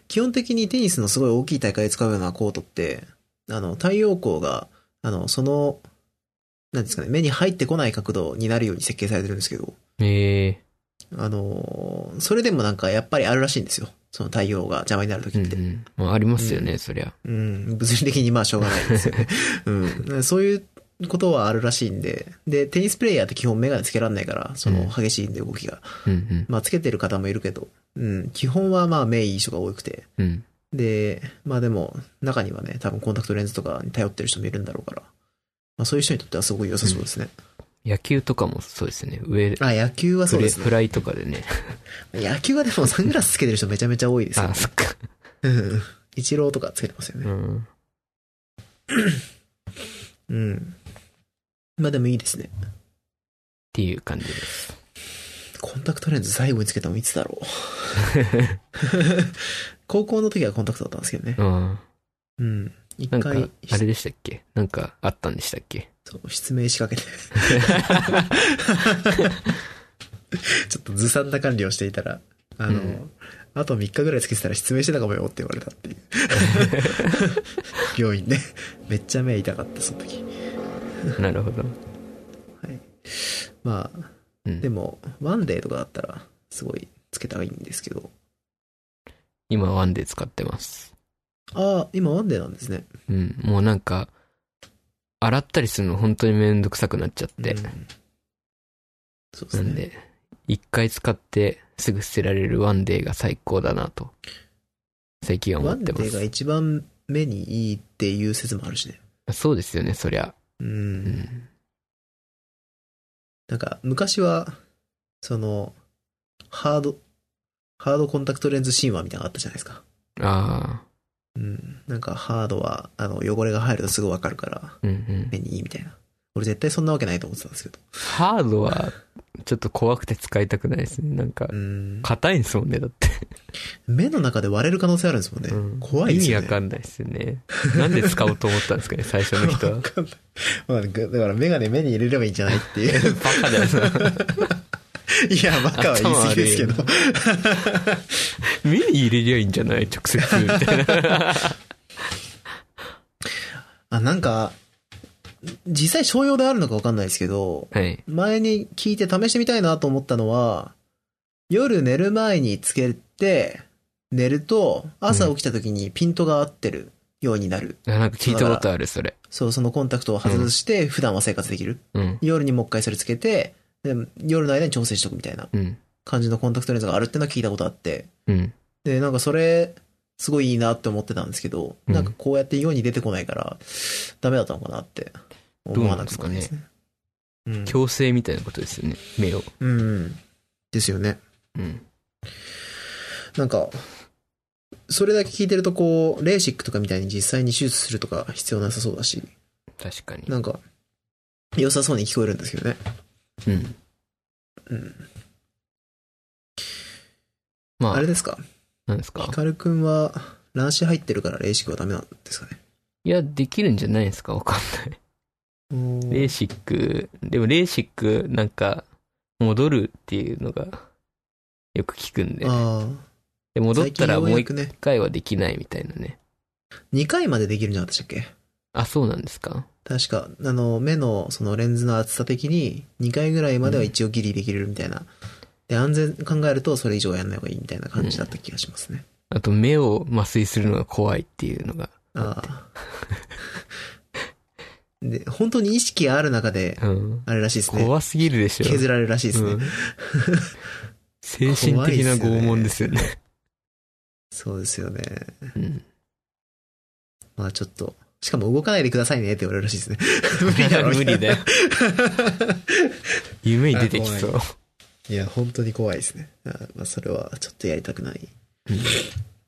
Speaker 1: 基本的にテニスのすごい大きい大会で使うようなコートって、あの、太陽光が、あの、その、なんですかね、目に入ってこない角度になるように設計されてるんですけど、
Speaker 2: ええ
Speaker 1: あの、それでもなんかやっぱりあるらしいんですよ。その太陽が邪魔になるとき
Speaker 2: う
Speaker 1: っ
Speaker 2: ん
Speaker 1: て
Speaker 2: う。ん。まあ、ありますよね、
Speaker 1: うん
Speaker 2: そりゃ。
Speaker 1: うん、物理的にまあしょうがない [laughs] ですよね。うん。そういうことはあるらしいんで、で、テニスプレイヤーって基本メガネつけられないから、その激しいんで動きが。
Speaker 2: うん
Speaker 1: まあつけてる方もいるけど、うん、基本はまあ目いい人が多くて、
Speaker 2: うん。うん。
Speaker 1: で、まあでも、中にはね、多分コンタクトレンズとかに頼ってる人もいるんだろうから、まあそういう人にとってはすごい良さそうですね。
Speaker 2: 野球とかもそうですよね。上、
Speaker 1: あ、野球はそう
Speaker 2: フレ
Speaker 1: です
Speaker 2: フ
Speaker 1: ね。
Speaker 2: ライとか
Speaker 1: [laughs]
Speaker 2: でね。
Speaker 1: 野球はでもサングラスつけてる人めちゃめちゃ多いですよ
Speaker 2: あ、。そっか。
Speaker 1: うん。イチローとかつけてますよ
Speaker 2: う
Speaker 1: ね。う
Speaker 2: ん。
Speaker 1: ん。まあでもいいですね。
Speaker 2: ていう感じです。
Speaker 1: コンタクトレンズ最後につけたのいつだ [laughs] ろう。高校の時はコンタクトだったんですけどね。
Speaker 2: うん。
Speaker 1: うん。一
Speaker 2: なんか
Speaker 1: 回、、
Speaker 2: あれでしたっけなんかあったんでしたっ
Speaker 1: [laughs]
Speaker 2: け
Speaker 1: そう失明しかけ
Speaker 2: [laughs]
Speaker 1: て、ちょっとずさんな管理をしていたら、あの、
Speaker 2: うん
Speaker 1: あと3日ぐらいつけてたら失明してたかもよって言われたっていう。病院で。めっちゃ目痛かった、その時。
Speaker 2: なるほど。
Speaker 1: はい。まあ、
Speaker 2: うん
Speaker 1: でも、ワンデーとかだったら、すごいつけたらいいんですけど。
Speaker 2: 今ワンで使ってます。
Speaker 1: ああ、今ワンデーなんですね。
Speaker 2: うん。もうなんか、洗ったりするの本当にめんどくさくなっちゃって。
Speaker 1: うんそうです
Speaker 2: なん
Speaker 1: ね。
Speaker 2: で、一回使ってすぐ捨てられるワンデーが最高だなと、最近は思
Speaker 1: ワ
Speaker 2: っ
Speaker 1: ン
Speaker 2: て
Speaker 1: デ
Speaker 2: ま
Speaker 1: ーが
Speaker 2: す。
Speaker 1: 一番目にいいっていう説もあるしね。
Speaker 2: そうですよね、そりゃ。
Speaker 1: う。
Speaker 2: うんん。
Speaker 1: なんか、昔は、その、ハード、ハードコンタクトレンズ神話みたいなのがあったじゃないですか。
Speaker 2: あ
Speaker 1: うん。なんか、ハードは、あの、汚れが入るとすぐわかるから、
Speaker 2: あ、うんうん。
Speaker 1: 目にいいみたいな。俺絶対そんなわけないと思ってたんですけど。
Speaker 2: ハードは、ちょっと怖くて使いたくないですね。なんか
Speaker 1: う、ん。
Speaker 2: 硬いんですもんね、だって。
Speaker 1: 目の中で割れる可能性あるんですもんね。
Speaker 2: うん
Speaker 1: 怖いですよ
Speaker 2: 意味
Speaker 1: ね。
Speaker 2: わかんないですよね。なんで使おうと思ったんですかね、最初の人は
Speaker 1: わ。かんない。わかんないだから、メガネ目に入れればいいんじゃないっていう。
Speaker 2: [laughs] バカだよな。
Speaker 1: [laughs] いや、バカは言い過ぎですけど。
Speaker 2: 目に入れりゃいいんじゃない直接、みたいな。
Speaker 1: あ、なんか、実際商用であるのかわかんないですけど、
Speaker 2: [laughs] はい。
Speaker 1: 前に聞いて試してみたいなと思ったのは、夜寝る前につけて、寝ると、朝起きた時にピントが合ってるようになる。
Speaker 2: あなんか聞いたことある、それ。
Speaker 1: そう、そのコンタクトを外して、普段は生活できる。
Speaker 2: うん。
Speaker 1: 夜にもう一回それつけて、で夜の間に調整しとくみたいな
Speaker 2: うん。
Speaker 1: 感じのコンタクトレンズがあるってのは聞いたことあって、
Speaker 2: うん。
Speaker 1: で、なんかそれ、すごいいいなって思ってたんですけど、
Speaker 2: うん
Speaker 1: なんかこうやって世に出てこないから、ダメだったのかなって思わなくもないですね。うん
Speaker 2: 強制みたいなことですよね。目を。
Speaker 1: うん。ですよね。
Speaker 2: うん。
Speaker 1: なんか、それだけ聞いてるとこう、レーシックとかみたいに実際に手術するとか必要なさそうだし、
Speaker 2: 確かに。
Speaker 1: なんか、良さそうに聞こえるんですけどね。
Speaker 2: うん。
Speaker 1: うん。
Speaker 2: まあ、
Speaker 1: あれですか
Speaker 2: なんですか
Speaker 1: ヒカルくんは、卵子入ってるからレーシックはダメなんですかね。
Speaker 2: いや、できるんじゃないですかわかんない。レーシック、でもレーシック、なんか、戻るっていうのが、よく聞くんで。
Speaker 1: あ
Speaker 2: で、
Speaker 1: あ。
Speaker 2: 戻っ
Speaker 1: 最
Speaker 2: た
Speaker 1: 近
Speaker 2: ら
Speaker 1: よう
Speaker 2: もう
Speaker 1: や
Speaker 2: 一
Speaker 1: くね、
Speaker 2: 回はできないみたいなね。
Speaker 1: 2回までできるんじゃなかったでしたっけ
Speaker 2: あ、そうなんですか
Speaker 1: 確か、あの、目の、そのレンズの厚さ的に、2回ぐらいまでは一応ギリできるみたいな。で、安全考えると、それ以上やんない方がいいみたいな感じだった気がしますね。
Speaker 2: あと、目を麻酔するのが怖いっていうのが。
Speaker 1: ああ。 [laughs] で、本当に意識ある中で、
Speaker 2: うん。
Speaker 1: あれらしいですね。
Speaker 2: 怖すぎるでしょ。
Speaker 1: 削られるらしいですね。
Speaker 2: うん精神的な拷問ですよね。
Speaker 1: そうですよね。
Speaker 2: うん。
Speaker 1: まあちょっと、しかも動かないでくださいねって言われるらしいですね。無理だろ、
Speaker 2: [laughs] 無理だよ。夢に出てきそう。
Speaker 1: [laughs] いや、本当に怖いですね。あーまあ、それはちょっとやりたくない。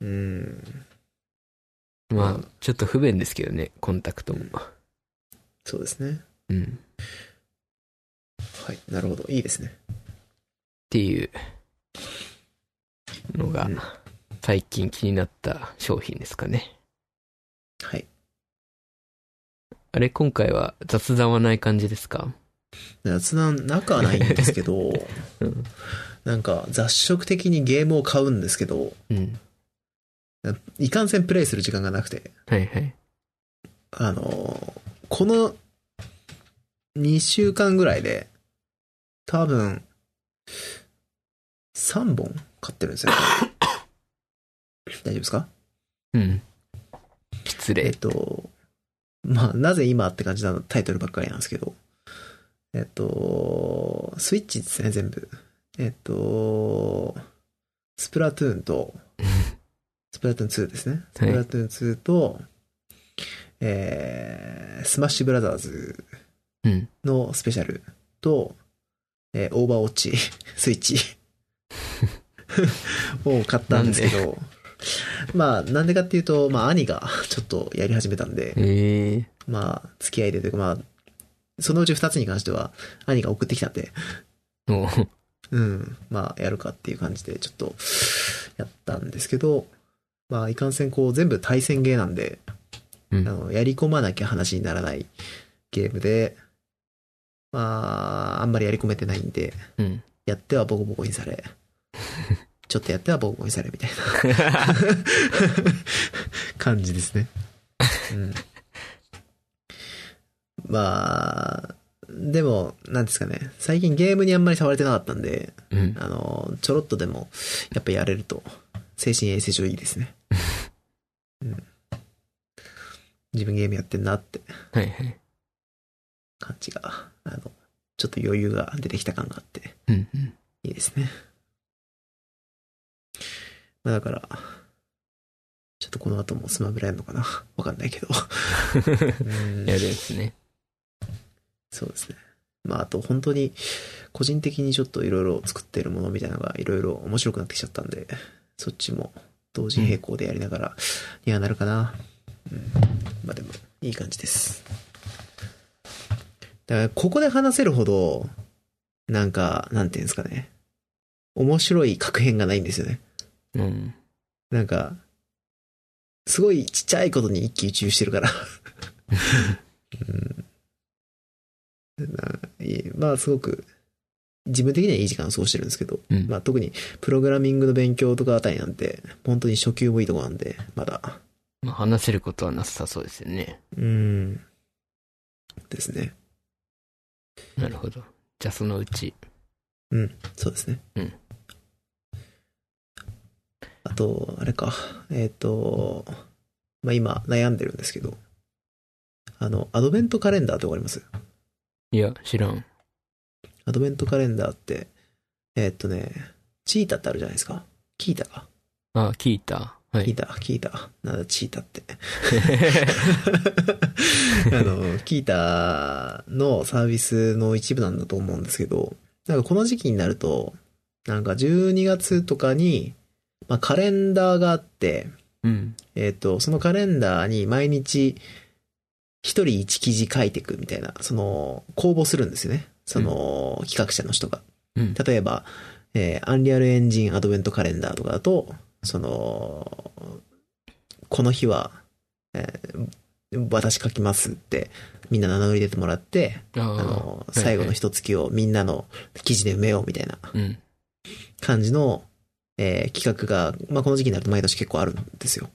Speaker 1: うん。
Speaker 2: まあ、ちょっと不便ですけどね、コンタクトも。
Speaker 1: そうですね。
Speaker 2: うん。っ
Speaker 1: はい。なるほど。いいですね。
Speaker 2: ていうのが
Speaker 1: うん、
Speaker 2: 最近気になった商品ですかね。
Speaker 1: はい。
Speaker 2: あれ、今回は雑談はない感じですか
Speaker 1: 雑談なくはないんですけど、
Speaker 2: [laughs] うん。
Speaker 1: なんか雑食的にゲームを買うんですけど、
Speaker 2: うん。
Speaker 1: いかんせんプレイする時間がなくて、
Speaker 2: はいはい。
Speaker 1: あの、この2週間ぐらいで、多分、3本買ってるん [coughs] ですよ。大丈夫ですか
Speaker 2: うん。失
Speaker 1: えっ
Speaker 2: 礼。
Speaker 1: と、まあ、なぜ今って感じのタイトルばっかりなんですけど、えっと、スイッチですね、全部。えっと、スプラトゥーン [laughs] と、スプラトゥーン2ですね。スプラトゥーン2と、えー、スマッシュブラザーズ
Speaker 2: うん。
Speaker 1: のスペシャルと、えーオーバーウォッチ、 [laughs] スイッチを買ったんですけ [laughs] ど、まあ、なんでかっていうと、まあ、兄がちょっとやり始めたんで、
Speaker 2: ええ
Speaker 1: まあ、付き合いでというか、まあ、そのうち二つに関しては、兄が送ってきたんで、
Speaker 2: おー
Speaker 1: うん、まあ、やるかっていう感じで、ちょっと、やったんですけど、まあ、いかんせん、こう、全部対戦ゲーなんで、
Speaker 2: うん
Speaker 1: あの、やり込まなきゃ話にならないゲームで、まあ、あんまりやり込めてないんで、
Speaker 2: うん。
Speaker 1: やってはボコボコにされ、ちょっとやってはボコボコにされ、みたいな感じですね。うん。まあ、でも、なんですかね、最近ゲームにあんまり触れてなかったんで、
Speaker 2: うん。
Speaker 1: あの、ちょろっとでも、やっぱやれると、精神衛生上いいですね。うん、自分ゲームやってんなって
Speaker 2: はいはい。
Speaker 1: 感じが、あの、ちょっと余裕が出てきた感があって、
Speaker 2: うんうん。
Speaker 1: いいですね。まあだから、ちょっとこの後もスマブラやるのかなわかんないけど。 [laughs] うん
Speaker 2: やるんですね。
Speaker 1: そうですね。まああと本当に、個人的にちょっといろいろ作ってるものみたいなのがいろいろ面白くなってきちゃったんで、そっちも同時並行でやりながらにはなるかな。うん。まあでも、いい感じです。だから、ここで話せるほど、なんか、なんていうんですかね。面白い確変がないんですよね。
Speaker 2: うん。
Speaker 1: なんか、すごいちっちゃいことに一喜一憂してるから。うんないいまあ、すごく、自分的にはいい時間を過ごしてるんですけど、
Speaker 2: うん。
Speaker 1: まあ、特に、プログラミングの勉強とかあたりなんて、本当に初級もいいとこなんで、まだ。
Speaker 2: まあ話せることはなさそうですよね。
Speaker 1: うん。ですね。
Speaker 2: なるほど。じゃあそのうち。
Speaker 1: そうですね。
Speaker 2: うん
Speaker 1: あと、あれか。えっ、と、まあ、今、悩んでるんですけど、あの、アドベントカレンダーってわかります
Speaker 2: いや、知らん。
Speaker 1: アドベントカレンダーって、えーっとね、チータってあるじゃないですか。キータか。
Speaker 2: あ、聞いた。は
Speaker 1: キー
Speaker 2: い。
Speaker 1: タ、キータ。なんだ、チータって。 [laughs] あの、キータのサービスの一部なんだと思うんですけど、なんかこの時期になると、なんか12月とかに、まあ、カレンダーがあって、
Speaker 2: [laughs] うん。
Speaker 1: えーっと、そのカレンダーに毎日、一人一記事書いていくみたいな、その、公募するんですよね。その、企画者の人が。
Speaker 2: うん。
Speaker 1: 例えば、えーアンリアルエンジンアドベントカレンダーとかだと、その、この日は、えー私書きますって、みんな名乗り出てもらって、あ
Speaker 2: あ
Speaker 1: の、最後の一月をみんなの記事で埋めようみたいな
Speaker 2: あ。うん。
Speaker 1: 感じの、えー企画が、まあ、この時期になると毎年結構あるんですよ。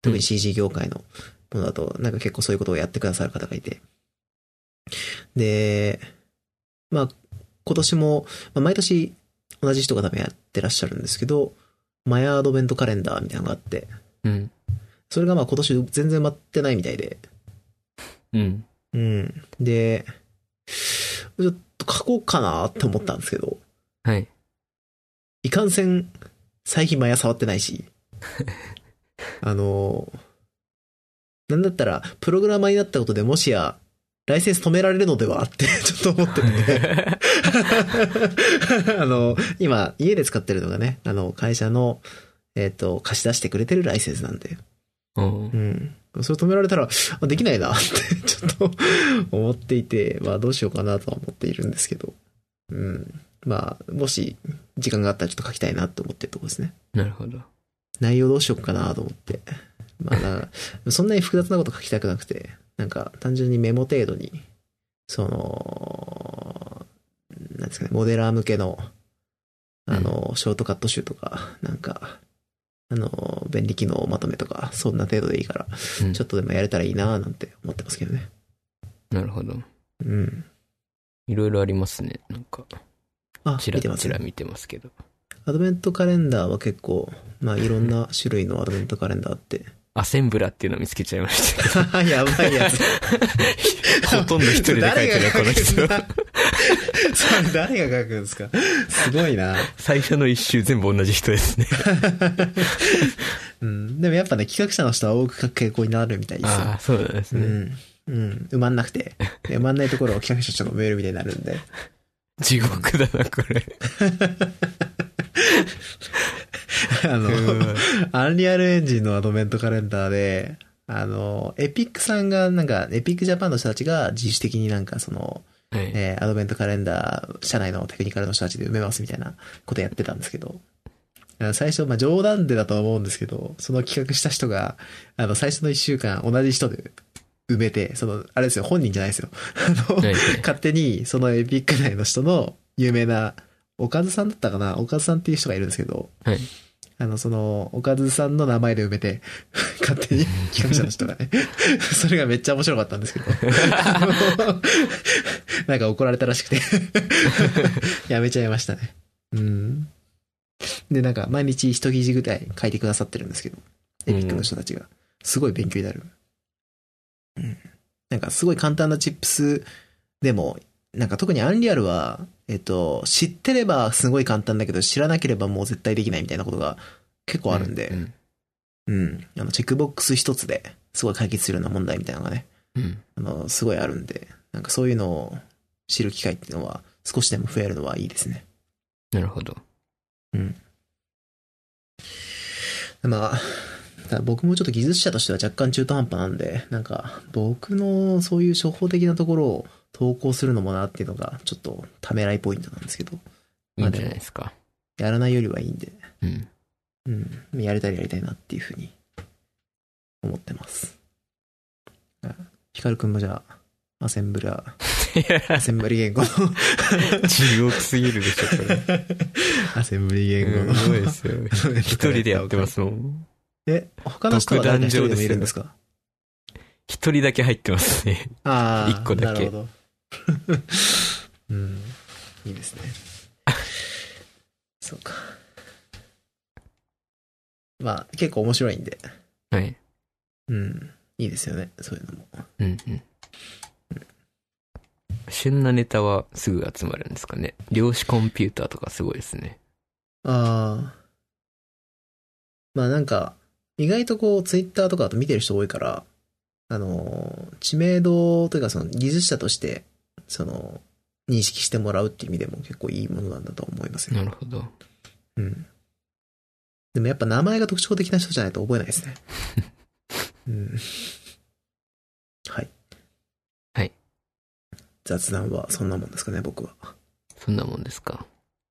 Speaker 1: 特
Speaker 2: うん
Speaker 1: に CG 業界のものだと、なんか結構そういうことをやってくださる方がいて。で、まあ、今年も、まあ、毎年同じ人が多分やってらっしゃるんですけど、マヤアドベントカレンダーみたいなのがあって、
Speaker 2: うん。
Speaker 1: それがまあ今年全然埋まってないみたいで、
Speaker 2: うん。
Speaker 1: うん。で、ちょっと書こうかなって思ったんですけど、
Speaker 2: はい。 [laughs]
Speaker 1: いかんせん、最近マヤ触ってないし。あのー、なんだったら、プログラマーになったことでもしや、ライセンス止められるのではって、 [laughs] ちょっと思ってて、 [laughs] あの、今、家で使ってるのがね、あの、会社の、えっ、と、貸し出してくれてるライセンスなんで、
Speaker 2: うん
Speaker 1: うん。それ止められたら、あできないなって、ちょっと思っていて、まあどうしようかなとは思っているんですけど。うん。まあ、もし、時間があったらちょっと書きたいなと思ってるところですね。
Speaker 2: なるほど。
Speaker 1: 内容どうしようかなと思って。まあな、そんなに複雑なこと書きたくなくて、なんか単純にメモ程度に、その、なんですかね、モデラー向けの、あの、ショートカット集とか、なんか、あの、便利機能まとめとか、そんな程度でいいから、
Speaker 2: うん
Speaker 1: ちょっとでもやれたらいいなーなんて思ってますけどね。
Speaker 2: なるほど。
Speaker 1: うん。
Speaker 2: いろいろありますね。なんか、
Speaker 1: あ、
Speaker 2: ちら
Speaker 1: 見てま
Speaker 2: ち
Speaker 1: す
Speaker 2: ら。見てますけど。
Speaker 1: アドベントカレンダーは結構、まあいろんな種類のアドベントカレンダーあ
Speaker 2: [laughs]
Speaker 1: って。
Speaker 2: アセンブラっていうのを見つけちゃいました。
Speaker 1: やばいやつ。
Speaker 2: ほとんど一人で書いてるこの人。
Speaker 1: [laughs] それ誰が書くんですかすごいな。
Speaker 2: 最初の一周全部同じ人ですね。
Speaker 1: うん。でもやっぱね、企画者の人は多く書く傾向になるみたいですよ
Speaker 2: [laughs] ああ、そうなんです
Speaker 1: う
Speaker 2: ね。
Speaker 1: ん。うん。埋まんなくて。で埋まんないところを企画者とのメールみたいになるんで。 [laughs]
Speaker 2: 地獄だな、これ。
Speaker 1: [laughs] あの、アンリアルエンジンのアドベントカレンダーで、あの、エピックさんが、なんか、エピックジャパンの人たちが自主的になんかその、
Speaker 2: はい。
Speaker 1: えーアドベントカレンダー、社内のテクニカルの人たちで埋めますみたいなことやってたんですけど、あの最初、まあ冗談でだとは思うんですけど、その企画した人が、あの、最初の一週間同じ人で埋めて、その、あれですよ、本人じゃないですよ。あの、
Speaker 2: はい [laughs]
Speaker 1: 勝手にそのエピック内の人の有名なおかずさんだったかなおかずさんっていう人がいるんですけど、
Speaker 2: はい
Speaker 1: あのそのおかずさんの名前で埋めて [laughs] 勝手に企画者の人がね [laughs] それがめっちゃ面白かったんですけど [laughs] あのなんか怒られたらしくて [laughs] やめちゃいましたねうんでなんか毎日一記事ぐらい書いてくださってるんですけどエピックの人たちがすごい勉強になるうんなんかすごい簡単なチップスでも、なんか特にアンリアルは、えっと、知ってればすごい簡単だけど、知らなければもう絶対できないみたいなことが結構あるんで、
Speaker 2: う
Speaker 1: うん、あの、チェックボックス一つですごい解決するような問題みたいなのがね、
Speaker 2: うん。
Speaker 1: あの、すごいあるんで、なんかそういうのを知る機会っていうのは少しでも増えるのはいいですね。
Speaker 2: なるほど。
Speaker 1: まあ、ただ僕もちょっと技術者としては若干中途半端なんで、なんか僕のそういう処方的なところを投稿するのもなっていうのがちょっとためらいポイントなんですけど、
Speaker 2: いいんじゃないですか。
Speaker 1: やらないよりはいいんで、
Speaker 2: [laughs] うん。
Speaker 1: うん。やりたいやりたいなっていうふうに思ってます。あヒカルくんもじゃあ、アセンブ
Speaker 2: [laughs]
Speaker 1: ラー、
Speaker 2: いや、
Speaker 1: アセンブリ
Speaker 2: [laughs]
Speaker 1: 言語の、
Speaker 2: 地獄すぎるでしょ、これ。
Speaker 1: アセンブリ言語の。。
Speaker 2: すごいですよ。一人でやってますすもん。
Speaker 1: え、他の人は誰か一人でもいるんですか
Speaker 2: 一人だけ入ってますね。
Speaker 1: ああ、
Speaker 2: 一個だけ
Speaker 1: なるほど。 [laughs] うん。いいですね。そうか。まあ、結構面白いんで。
Speaker 2: はい。
Speaker 1: うん。いいですよね。そういうのも。
Speaker 2: うんうん。旬なネタはすぐ集まるんですかね。量子コンピューターとかすごいですね。
Speaker 1: ああ。まあなんか、意外とこう、ツイッターとかだと見てる人多いから、あのー、知名度というかその技術者として、その、認識してもらうっていう意味でも結構いいものなんだと思いますよ。
Speaker 2: なるほど。
Speaker 1: うん。でもやっぱ名前が特徴的な人じゃないと覚えない
Speaker 2: [laughs]
Speaker 1: ですね。うん。はい。
Speaker 2: はい。
Speaker 1: 雑談はそんなもんですかね、僕は。
Speaker 2: そんなもんですか。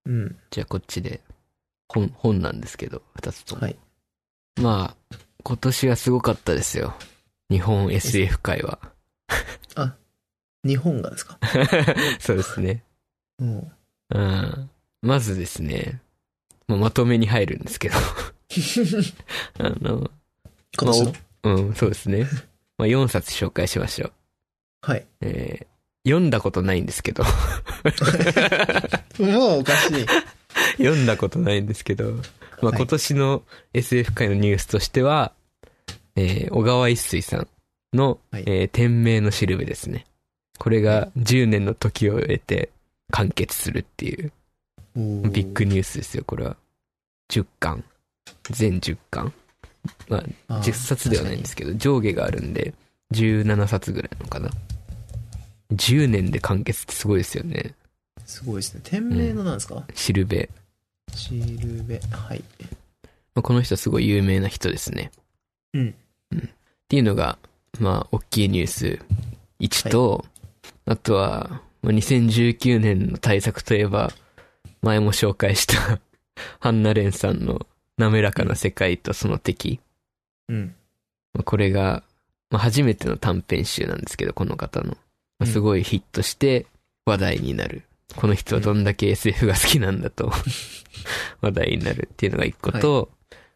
Speaker 1: うん。
Speaker 2: じゃあこっちで、本、本なんですけど、二つとも。
Speaker 1: はい。
Speaker 2: まあ、今年はすごかったですよ。日本 SF
Speaker 1: [laughs]
Speaker 2: 界は。
Speaker 1: 日本がです
Speaker 2: [laughs]
Speaker 1: か
Speaker 2: そうですね。
Speaker 1: うん。
Speaker 2: [laughs] うんまずですね、まあまとめに入るんです
Speaker 1: [laughs]
Speaker 2: けど、あの、
Speaker 1: 今年の
Speaker 2: うん、そうですね。まあ、4冊紹介しましょう。
Speaker 1: はい。
Speaker 2: えー読んだことないんです
Speaker 1: [laughs]
Speaker 2: けど、
Speaker 1: もうおかしい。
Speaker 2: 読んだことないんですけど、まあ、
Speaker 1: はい
Speaker 2: 今年の SF 界のニュースとしては、えー小川一水さんの、
Speaker 1: はい
Speaker 2: えー天命のしるべですね。これが10年の時を経て完結するっていうビッグニュースですよ、これは。10巻。全10巻。10冊ではないんです
Speaker 1: す
Speaker 2: けど、上下があるんで、17冊ぐらいなのかな。10年で完結ってすごいですよね。
Speaker 1: すごいですね店名のなんですか、
Speaker 2: しるべ。
Speaker 1: シルベはい
Speaker 2: まあこの人すごい有名な人ですね。
Speaker 1: うん。
Speaker 2: っていうのが、まあ、大きいニュース1と、あとは、まあ2019年の対策といえば、前も紹介した、ハンナレンさんの滑らかな世界とその敵。
Speaker 1: うん
Speaker 2: まあこれが、まあ、初めての短編集なんですけど、この方の。まあ
Speaker 1: うん
Speaker 2: すごいヒットして話題になる。この人はどんだけ SF が好きなんだ [laughs] と話題になるっていうのが一個と、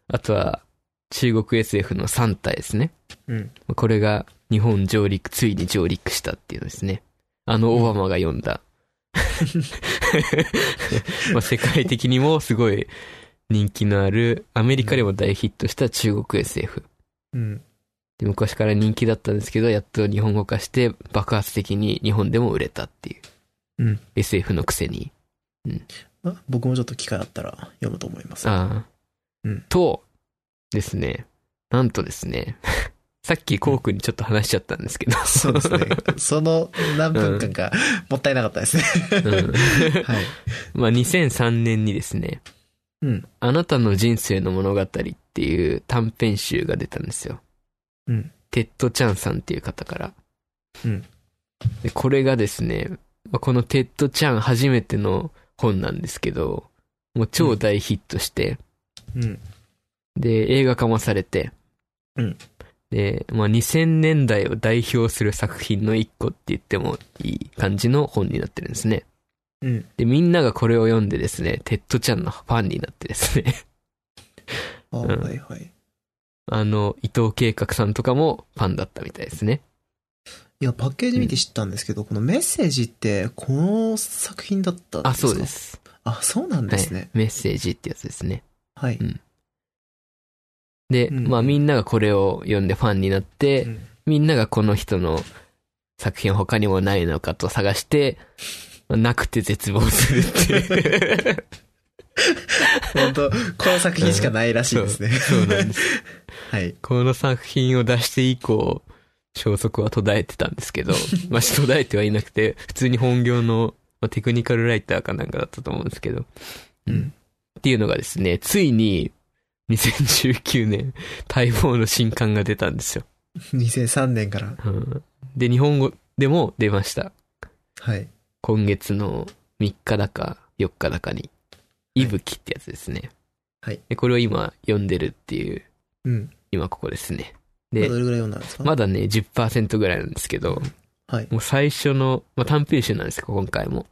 Speaker 2: あとは中国 SF の3体ですね。
Speaker 1: うん
Speaker 2: まあこれが日本上陸、ついに上陸したっていうのですね。あのオバマが読ん [laughs] だ。まあ世界的にもすごい人気のある、アメリカでも大ヒットした中国 SF。
Speaker 1: うん
Speaker 2: で昔から人気だったんですけど、やっと日本語化して爆発的に日本でも売れたっていう。
Speaker 1: うん。
Speaker 2: SF のくせに。
Speaker 1: あ僕もちょっと機会あったら読むと思います
Speaker 2: ああ。
Speaker 1: うん
Speaker 2: と、ですね。なんとですね。 [laughs] さっきコウ君にちょっと話しちゃったんですけど。
Speaker 1: そうです
Speaker 2: [laughs]
Speaker 1: ねその何分間か、もったいなかった
Speaker 2: [laughs]
Speaker 1: ですね
Speaker 2: うん。
Speaker 1: はい
Speaker 2: まあ2003年にですね。
Speaker 1: うん
Speaker 2: あなたの人生の物語っていう短編集が出たんですよ。
Speaker 1: うん
Speaker 2: テッドちゃんさんっていう方から。
Speaker 1: うん
Speaker 2: で、これがですね、まあこのテッドちゃん初めての本なんですけど、もう超大ヒットして、
Speaker 1: うん。
Speaker 2: で、映画化もされて、
Speaker 1: うん
Speaker 2: で、まあ、2000年代を代表する作品の一個って言ってもいい感じの本になってるんですね。
Speaker 1: うん。
Speaker 2: で、みんながこれを読んでですね、テッドちゃんのファンになってですね、 [laughs]
Speaker 1: あ、
Speaker 2: うん
Speaker 1: はいはい。
Speaker 2: あの、伊藤計画さんとかもファンだったみたいですね。
Speaker 1: いや、パッケージ見て知ったんですけど、このメッセージって、この作品だったんですか
Speaker 2: あ、そうで。す。
Speaker 1: あ、そうなんですね。
Speaker 2: メッセージってやつですね。
Speaker 1: はい。
Speaker 2: で、
Speaker 1: うん
Speaker 2: まあみんながこれを読んでファンになって、
Speaker 1: うん
Speaker 2: みんながこの人の作品は他にもないのかと探して、まあなくて絶望するっていう
Speaker 1: [laughs] 本当この作品しかないらしいですね。
Speaker 2: そうなんです。
Speaker 1: [laughs] はい。
Speaker 2: この作品を出して以降、消息は途絶えてたんですけ
Speaker 1: [laughs]
Speaker 2: ど、まあ途絶えてはいなくて、普通に本業の、まあ、テクニカルライターかなんかだったと思うんですけど、
Speaker 1: うん
Speaker 2: っていうのがですね、ついに、2019年、待望の新刊が出たんですよ。
Speaker 1: 2003年から。
Speaker 2: うんで、日本語でも出ました。
Speaker 1: はい。
Speaker 2: 今月の3日だか4日だかに。いぶきってやつですね。
Speaker 1: はい。
Speaker 2: で、これを今読んでるっていう、
Speaker 1: うん。
Speaker 2: 今ここですね。
Speaker 1: ま
Speaker 2: で
Speaker 1: あどれぐらい読んだんですか
Speaker 2: まだね、10%ぐらいなんですけど、
Speaker 1: はい。
Speaker 2: もう最初の、まあ、短編集なんですけど、今回も。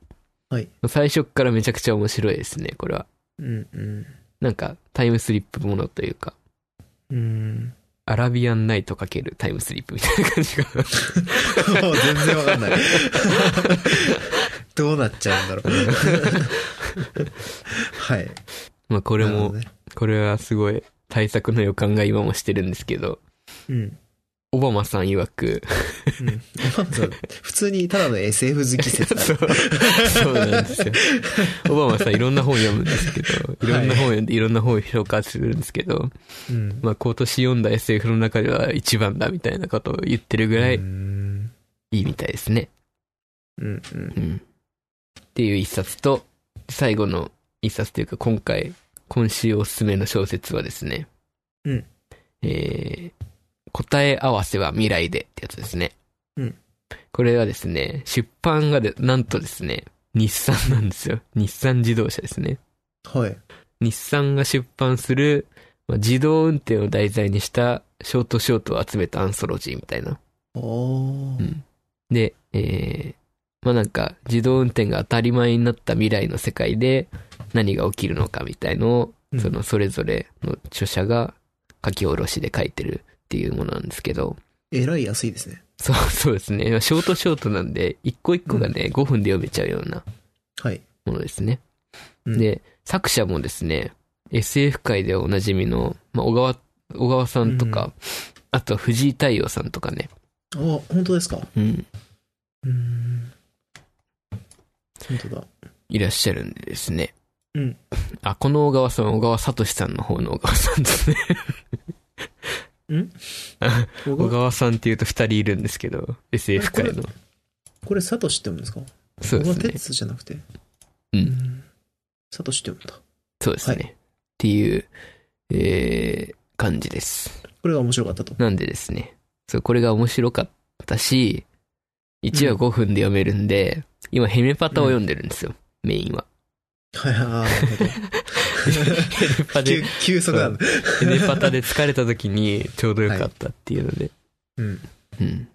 Speaker 1: はい。
Speaker 2: 最初っからめちゃくちゃ面白いですね、これは。
Speaker 1: うんうん。
Speaker 2: なんか、タイムスリップものというか、 [laughs]
Speaker 1: うん。
Speaker 2: アラビアンナイトかけるタイムスリップみたいな感じが。 [laughs]
Speaker 1: もう全然わかんない。 [laughs] どうなっちゃうんだろう。 [laughs] はい。
Speaker 2: まあ、これ
Speaker 1: なるほ
Speaker 2: も
Speaker 1: ど、ね。
Speaker 2: これはすごい対策の予感が今もしてるんですけど、
Speaker 1: うん。 [laughs]
Speaker 2: オバマさん曰く、
Speaker 1: うん。そう普通にただの SF 好き説だ
Speaker 2: [laughs] そ。うそうなんですよ。オバマさんいろんな本読むんですけど、いろんな本読んでいろんな本を紹介するんですけど、
Speaker 1: うん。
Speaker 2: まあ今年読んだ SF の中では一番だみたいなことを言ってるぐらい
Speaker 1: うん。
Speaker 2: いいみたいですね。
Speaker 1: うんうん。
Speaker 2: うん。っていう一冊と、最後の一冊というか今回、今週おすすめの小説はですね、
Speaker 1: うん。
Speaker 2: えー、答え合わせは未来でってやつですね。
Speaker 1: うん。
Speaker 2: これはですね、出版がで、なんとですね、日産なんですよ。日産自動車ですね。
Speaker 1: はい。
Speaker 2: 日産が出版する、まあ、自動運転を題材にしたショートショートを集めたアンソロジーみたいな。
Speaker 1: お
Speaker 2: う
Speaker 1: ー。
Speaker 2: ん。で、えー、まあなんか自動運転が当たり前になった未来の世界で何が起きるのかみたいのを、
Speaker 1: うん
Speaker 2: そのそれぞれの著者が書き下ろしで書いてるっていうものなんですけど、 [laughs]
Speaker 1: えらい安いですね。
Speaker 2: そうそうですね。ショートショートなんで、一個一個がね、5分で読めちゃうような
Speaker 1: はい。
Speaker 2: ものですね。
Speaker 1: うん
Speaker 2: で、作者もですね、SF 界ではおなじみの、まあ、小川、小川さんとか、
Speaker 1: う
Speaker 2: あとは藤井太陽さんとかね。
Speaker 1: あ、本当ですか
Speaker 2: うん。
Speaker 1: うん。本当だ。
Speaker 2: いらっしゃるんでですね。
Speaker 1: うん。
Speaker 2: あ、この小川さんは小川聡さんの方の小川さんですね。
Speaker 1: [laughs] 小
Speaker 2: 小
Speaker 1: 川
Speaker 2: 川さんっていうと二人いるんですけど、SF 界の。
Speaker 1: これ、サトシって読むんですか
Speaker 2: そうで
Speaker 1: 小
Speaker 2: す
Speaker 1: 川
Speaker 2: ね。
Speaker 1: 哲じゃなくて。
Speaker 2: うん
Speaker 1: ん。サトシって読むんだ。
Speaker 2: そうですね。
Speaker 1: は
Speaker 2: っていう、えー、感じです。
Speaker 1: これが面白かったと。
Speaker 2: なんでですね。そう、これが面白かったし、1話5分で読めるんで、今ヘメパタを読んでるんですよ、メインは。
Speaker 1: はい、ああ、なるほど。
Speaker 2: ヘメパ
Speaker 1: 急 [laughs]
Speaker 2: で、
Speaker 1: 急速なんだ。
Speaker 2: ヘメパタで疲れた時にちょうどよかったっていうので、
Speaker 1: うん。
Speaker 2: うん。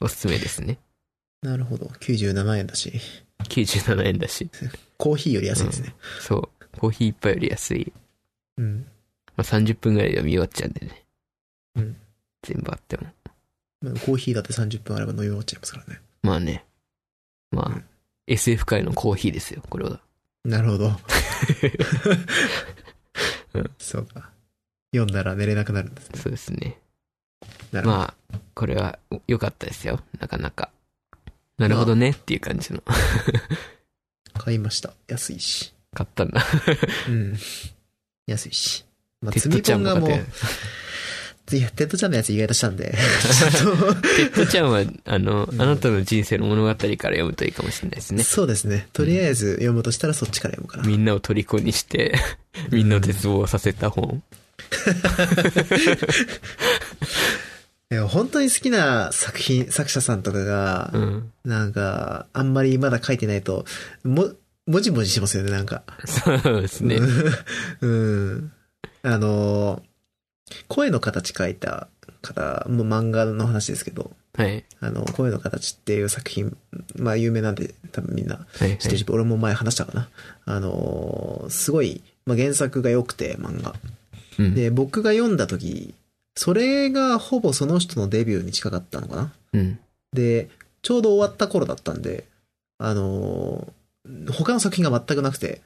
Speaker 2: おすすめですね。
Speaker 1: なるほど。97円だし。
Speaker 2: 97円だし。
Speaker 1: コーヒーより安いですね。
Speaker 2: そう。コーヒー一杯より安い。
Speaker 1: うん。
Speaker 2: まあ、30分ぐらいで読み終わっちゃうんでね。
Speaker 1: うん。
Speaker 2: 全部あっても。
Speaker 1: まあコーヒーだって30分あれば飲み終わっちゃいますからね。
Speaker 2: まあね。まあ、
Speaker 1: うん
Speaker 2: SF 界のコーヒーですよ、これは。
Speaker 1: なるほど
Speaker 2: [laughs] うん。
Speaker 1: そうか。読んだら寝れなくなるんですね。
Speaker 2: そうですね。
Speaker 1: なるほど。
Speaker 2: まあ、これはお良かったですよ、なかなか。なるほどねっていう感じの。
Speaker 1: 買いました。安いし。
Speaker 2: 買ったんだ。
Speaker 1: うん。安いし。まあ、
Speaker 2: テ
Speaker 1: 積
Speaker 2: ッ
Speaker 1: み
Speaker 2: ドちゃ
Speaker 1: 込
Speaker 2: ん
Speaker 1: ん
Speaker 2: も
Speaker 1: がもう、
Speaker 2: 買
Speaker 1: い
Speaker 2: って。
Speaker 1: や、テッドちゃんのやつ意外としたん
Speaker 2: [laughs]
Speaker 1: で、ちょっ
Speaker 2: テッドちゃんは、あの、
Speaker 1: うん
Speaker 2: あなたの人生の物語から読むといいかもしれないです
Speaker 1: と、
Speaker 2: ね。
Speaker 1: そうですね。とりあえず読むとしたらそっちから読むかな。
Speaker 2: みんなを虜にして、みんなを絶望させた本。
Speaker 1: いや、本当に好きな作品、作者さんとかが
Speaker 2: う、ん。
Speaker 1: なんか、あんまりまだ書いてないと、も、もじもじしますよね、なんか。
Speaker 2: そうですね。
Speaker 1: [laughs] うん。あの、声の形書いた方、もう漫画の話ですけど、
Speaker 2: はい。
Speaker 1: あの、声の形っていう作品、まあ有名なんで、多分みんな
Speaker 2: はい、はい
Speaker 1: 知ってるし、俺も前話したかな。あの、すごい、まあ原作が良くて、漫画。
Speaker 2: うん。
Speaker 1: で、僕が読んだ時、それがほぼその人のデビューに近かったのかな。
Speaker 2: うん。
Speaker 1: で、ちょうど終わった頃だったんで、あのー他の作品が全くなくて、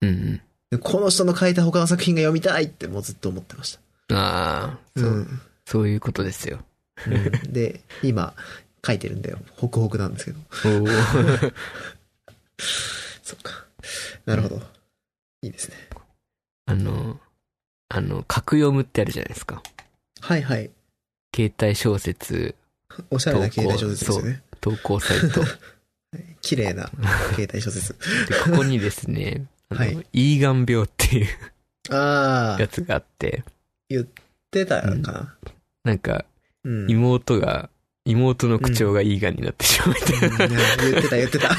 Speaker 2: うん。
Speaker 1: この人の書いた他の作品が読みたいってもうずっと思ってました。
Speaker 2: ああ、そう、
Speaker 1: ん
Speaker 2: そういうことですよ。 [laughs]
Speaker 1: うんで、今、書いてるんだよ。ホクホクなんですけど。
Speaker 2: おー
Speaker 1: そっか。なるほど。いいですね。
Speaker 2: [laughs] あの、あの、格読むってあるじゃないですか。
Speaker 1: はいはい。
Speaker 2: 携帯小説
Speaker 1: おしゃれな携帯小説ですよね。
Speaker 2: 投稿サイト。で、
Speaker 1: 綺麗な携帯小説。
Speaker 2: ここにで
Speaker 1: [laughs]
Speaker 2: すね、あの、
Speaker 1: はい
Speaker 2: イーガン病っていう
Speaker 1: あ
Speaker 2: や
Speaker 1: あ、
Speaker 2: つがあって、
Speaker 1: 出たかな。
Speaker 2: なんか、
Speaker 1: うん。うん
Speaker 2: 妹が、妹の口調がイーガンになってしまうみたいな、
Speaker 1: 言ってた言って
Speaker 2: [laughs]
Speaker 1: た。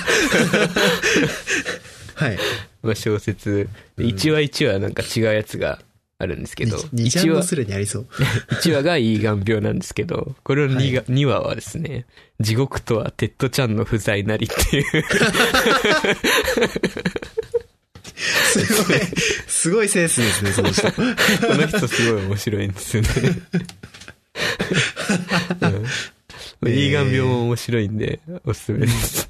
Speaker 1: はい。
Speaker 2: まあ小説。で
Speaker 1: うん
Speaker 2: 1話1話なんか違うやつがあるんですけど、
Speaker 1: にちゃ
Speaker 2: 1
Speaker 1: んの
Speaker 2: 話、
Speaker 1: するにありそう。
Speaker 2: 1話がイーガン病なんですけど、これの 2, が、2話はですね、地獄とはテッドちゃんの不在なりっていう、
Speaker 1: すごい、すごいセンスですね、その人。
Speaker 2: この人すごい面白いんですよ [laughs] ね。うん、
Speaker 1: えー
Speaker 2: イーガン病も面白いんで、おすすめです。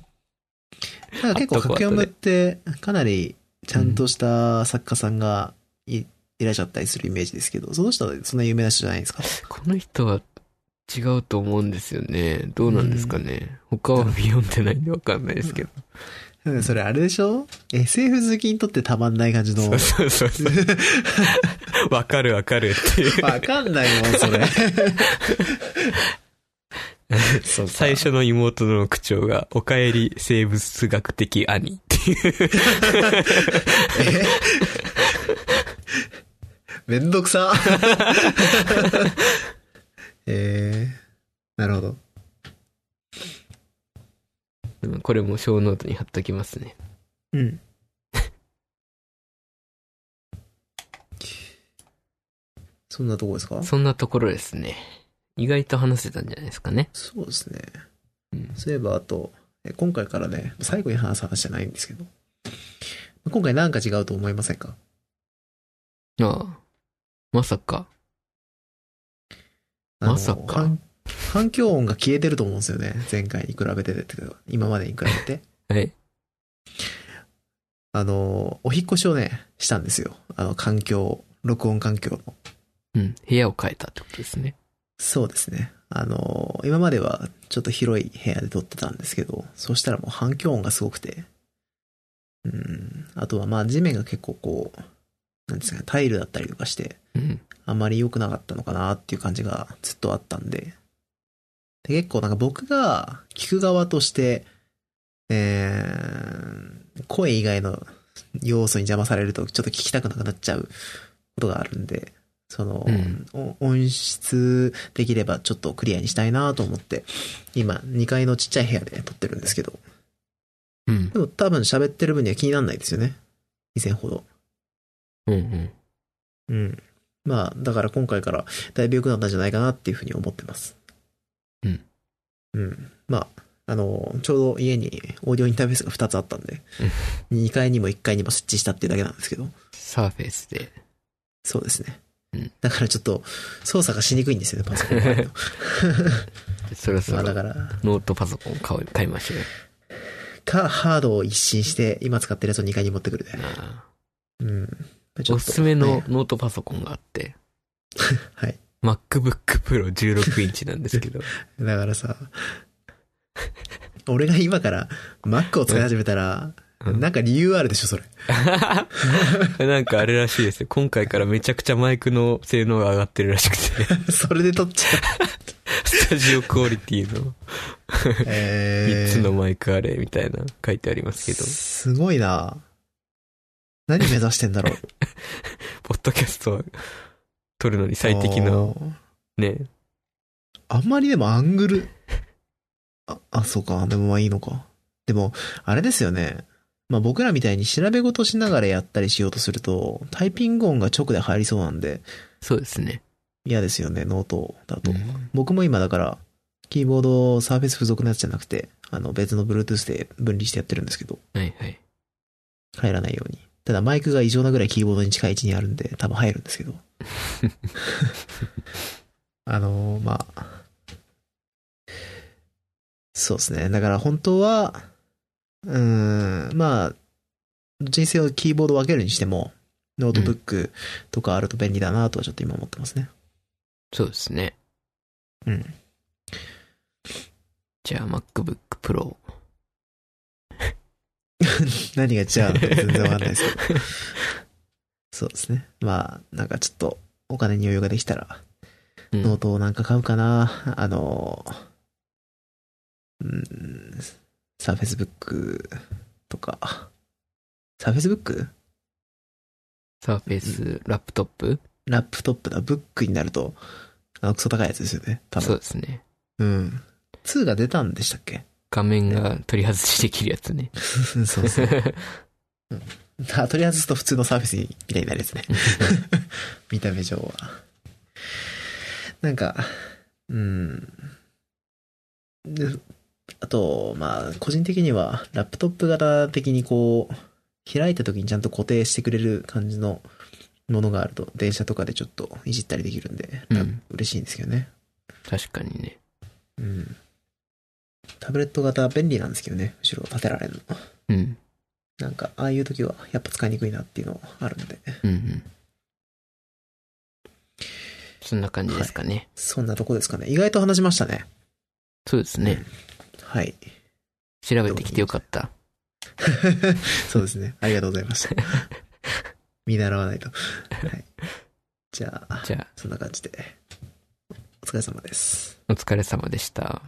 Speaker 1: なんか結構、書き読むって、かなりちゃんとした作家さんがいいらっしゃったりするイメージですけど、その人はそんな有名な人じゃないんですか
Speaker 2: この人は違うと思うんですよね。どうなんですかね。他は読んでないんでわかんないですけど。
Speaker 1: うん、それあれでしょ ?SF 好きにとってたまんない感じの。
Speaker 2: そうそうそうそう。わかるわかるっていう。 [laughs]
Speaker 1: わかんないもん、それ。そうか
Speaker 2: 最。初の妹の口調が、おかえり生物学的兄っていう。
Speaker 1: え [laughs] めんどくさ。えー、なるほど。
Speaker 2: うんこれも小ノートに貼っときますね。
Speaker 1: うん。そんなとこですか
Speaker 2: そんなところですね。意外と話せたんじゃないですかね。
Speaker 1: そうですね。
Speaker 2: うん
Speaker 1: そういえば、あと、え今回からね、最後に話す話じゃないんですけど、今回なんか違うと思いませんか
Speaker 2: ああ。まさか。
Speaker 1: あの
Speaker 2: まさか
Speaker 1: 反反響音が消えてると思うんですよね。前回に比べてっていうか今までに比べて。
Speaker 2: はい。
Speaker 1: あの、お引っ越しをね、したんですよ。あの、環境、録音環境の。
Speaker 2: うん。部屋を変えたってことですね。
Speaker 1: そうですね。あの、今まではちょっと広い部屋で撮ってたんですけど、そしたらもう反響音がすごくて。うん。あとはまあ地面が結構こう、なんですかね、タイルだったりとかして、
Speaker 2: うん。
Speaker 1: あまり良くなかったのかなっていう感じがずっとあったんで。で結構なんか僕が聞く側として、えー、声以外の要素に邪魔されるとちょっと聞きたくなくなっちゃうことがあるんで、その、
Speaker 2: うん
Speaker 1: お音質できればちょっとクリアにしたいなと思って、今2階のちっちゃい部屋で撮ってるんですけど、
Speaker 2: うん。
Speaker 1: でも多分喋ってる分には気にならないですよね。以前ほど。
Speaker 2: うんうん。
Speaker 1: うん。まあ、だから今回からだいぶ良くなったんじゃないかなっていうふうに思ってます。
Speaker 2: うん。
Speaker 1: うん。まあ、あの、ちょうど家にオーディオインターフェースが2つあったんで、2階にも1階にも設置したっていうだけなんですけど、
Speaker 2: サーフェイスで。
Speaker 1: そうですね。
Speaker 2: うん
Speaker 1: だからちょっと操作がしにくいんですよね、パソコンからの
Speaker 2: そ [laughs] ろそ
Speaker 1: まあ
Speaker 2: ろ
Speaker 1: だから、
Speaker 2: ノートパソコン買おう買いましょうよ。
Speaker 1: か、ハードを一新して、今使ってるやつを2階に持ってくるで。
Speaker 2: あ
Speaker 1: うん。
Speaker 2: あおすすめの
Speaker 1: ね
Speaker 2: ノートパソコンがあって、
Speaker 1: はい。
Speaker 2: MacBook Pro 16インチなんです [laughs] けど、
Speaker 1: だからさ、俺が今から Mac を使い始めたら、
Speaker 2: うん
Speaker 1: なんか理由あるでしょ、それ。 [laughs]
Speaker 2: なんかあれらしいですよ。今回からめちゃくちゃマイクの性能が上がってるらしくて、
Speaker 1: それで撮っちゃう。
Speaker 2: スタジオクオリティの [laughs]
Speaker 1: え
Speaker 2: 3つのマイクあれみたいな書いてありますけど、
Speaker 1: すごいな何目指してんだ
Speaker 2: [laughs]
Speaker 1: ろう。
Speaker 2: ポッドキャストを撮るのに最適な
Speaker 1: おー
Speaker 2: ね、
Speaker 1: あんまりでもアングル、あ、あ、そうか。でもまあいいのか。でも、あれですよね。まあ僕らみたいに調べ事しながらやったりしようとすると、タイピング音が直で入りそうなんで、
Speaker 2: そうですね。
Speaker 1: 嫌ですよね、ノートだと。
Speaker 2: うん
Speaker 1: 僕も今だから、キーボードサーフェス付属のやつじゃなくて、あの別の Bluetooth で分離してやってるんですけど、
Speaker 2: はいはい。
Speaker 1: 入らないように。ただマイクが異常なぐらいキーボードに近い位置にあるんで、多分入るんですけど。あのーまあ。そうですね。だから本当は、うーん、まあ、人生をキーボード分けるにしても、ノートブックとかあると便利だなとはちょっと今思ってますね。
Speaker 2: そうですね。
Speaker 1: うん。
Speaker 2: じゃあ MacBook Pro。
Speaker 1: 何が違うのか全然わかんないですけど。
Speaker 2: [laughs]
Speaker 1: そうですね。まあ、なんかちょっとお金に余裕ができたら、
Speaker 2: うん
Speaker 1: ノートをなんか買うかな。あの、うん、サーフェスブックとか、サーフェスブック
Speaker 2: サーフェイスラップトップ
Speaker 1: ラップトップだ。ブックになると、あの、クソ高いやつですよね。多
Speaker 2: そう
Speaker 1: 分。
Speaker 2: ですね。
Speaker 1: うん。2が出たんでしたっ
Speaker 2: [laughs]
Speaker 1: け
Speaker 2: 画面が取り外しできるやつ [laughs] ね。
Speaker 1: そうそう。あとりあえずと普通のサーフェスみたいになるやつね。見た目上は。なんか、うん。で、あと、まあ、個人的には、ラップトップ型的にこう、開いた時にちゃんと固定してくれる感じのものがあると、電車とかでちょっといじったりできるんで、
Speaker 2: うん
Speaker 1: 嬉しいんですけどね。
Speaker 2: 確かにね。
Speaker 1: うん。タブレット型便利なんですけどね、後ろ立てられるの。
Speaker 2: うん。
Speaker 1: なんか、ああいう時は、やっぱ使いにくいなっていうのはあるので。
Speaker 2: うんうん。そんな感じですかね。
Speaker 1: そんなとこですかね。意外と話しましたね。
Speaker 2: そうですね。
Speaker 1: はい。
Speaker 2: 調べてきてよかった。
Speaker 1: [laughs] そうですね。ありがとうございました。見習わないと。はい。じゃあ、
Speaker 2: じゃあ、
Speaker 1: そんな感じで。お疲れ様です。
Speaker 2: お疲れ様でした。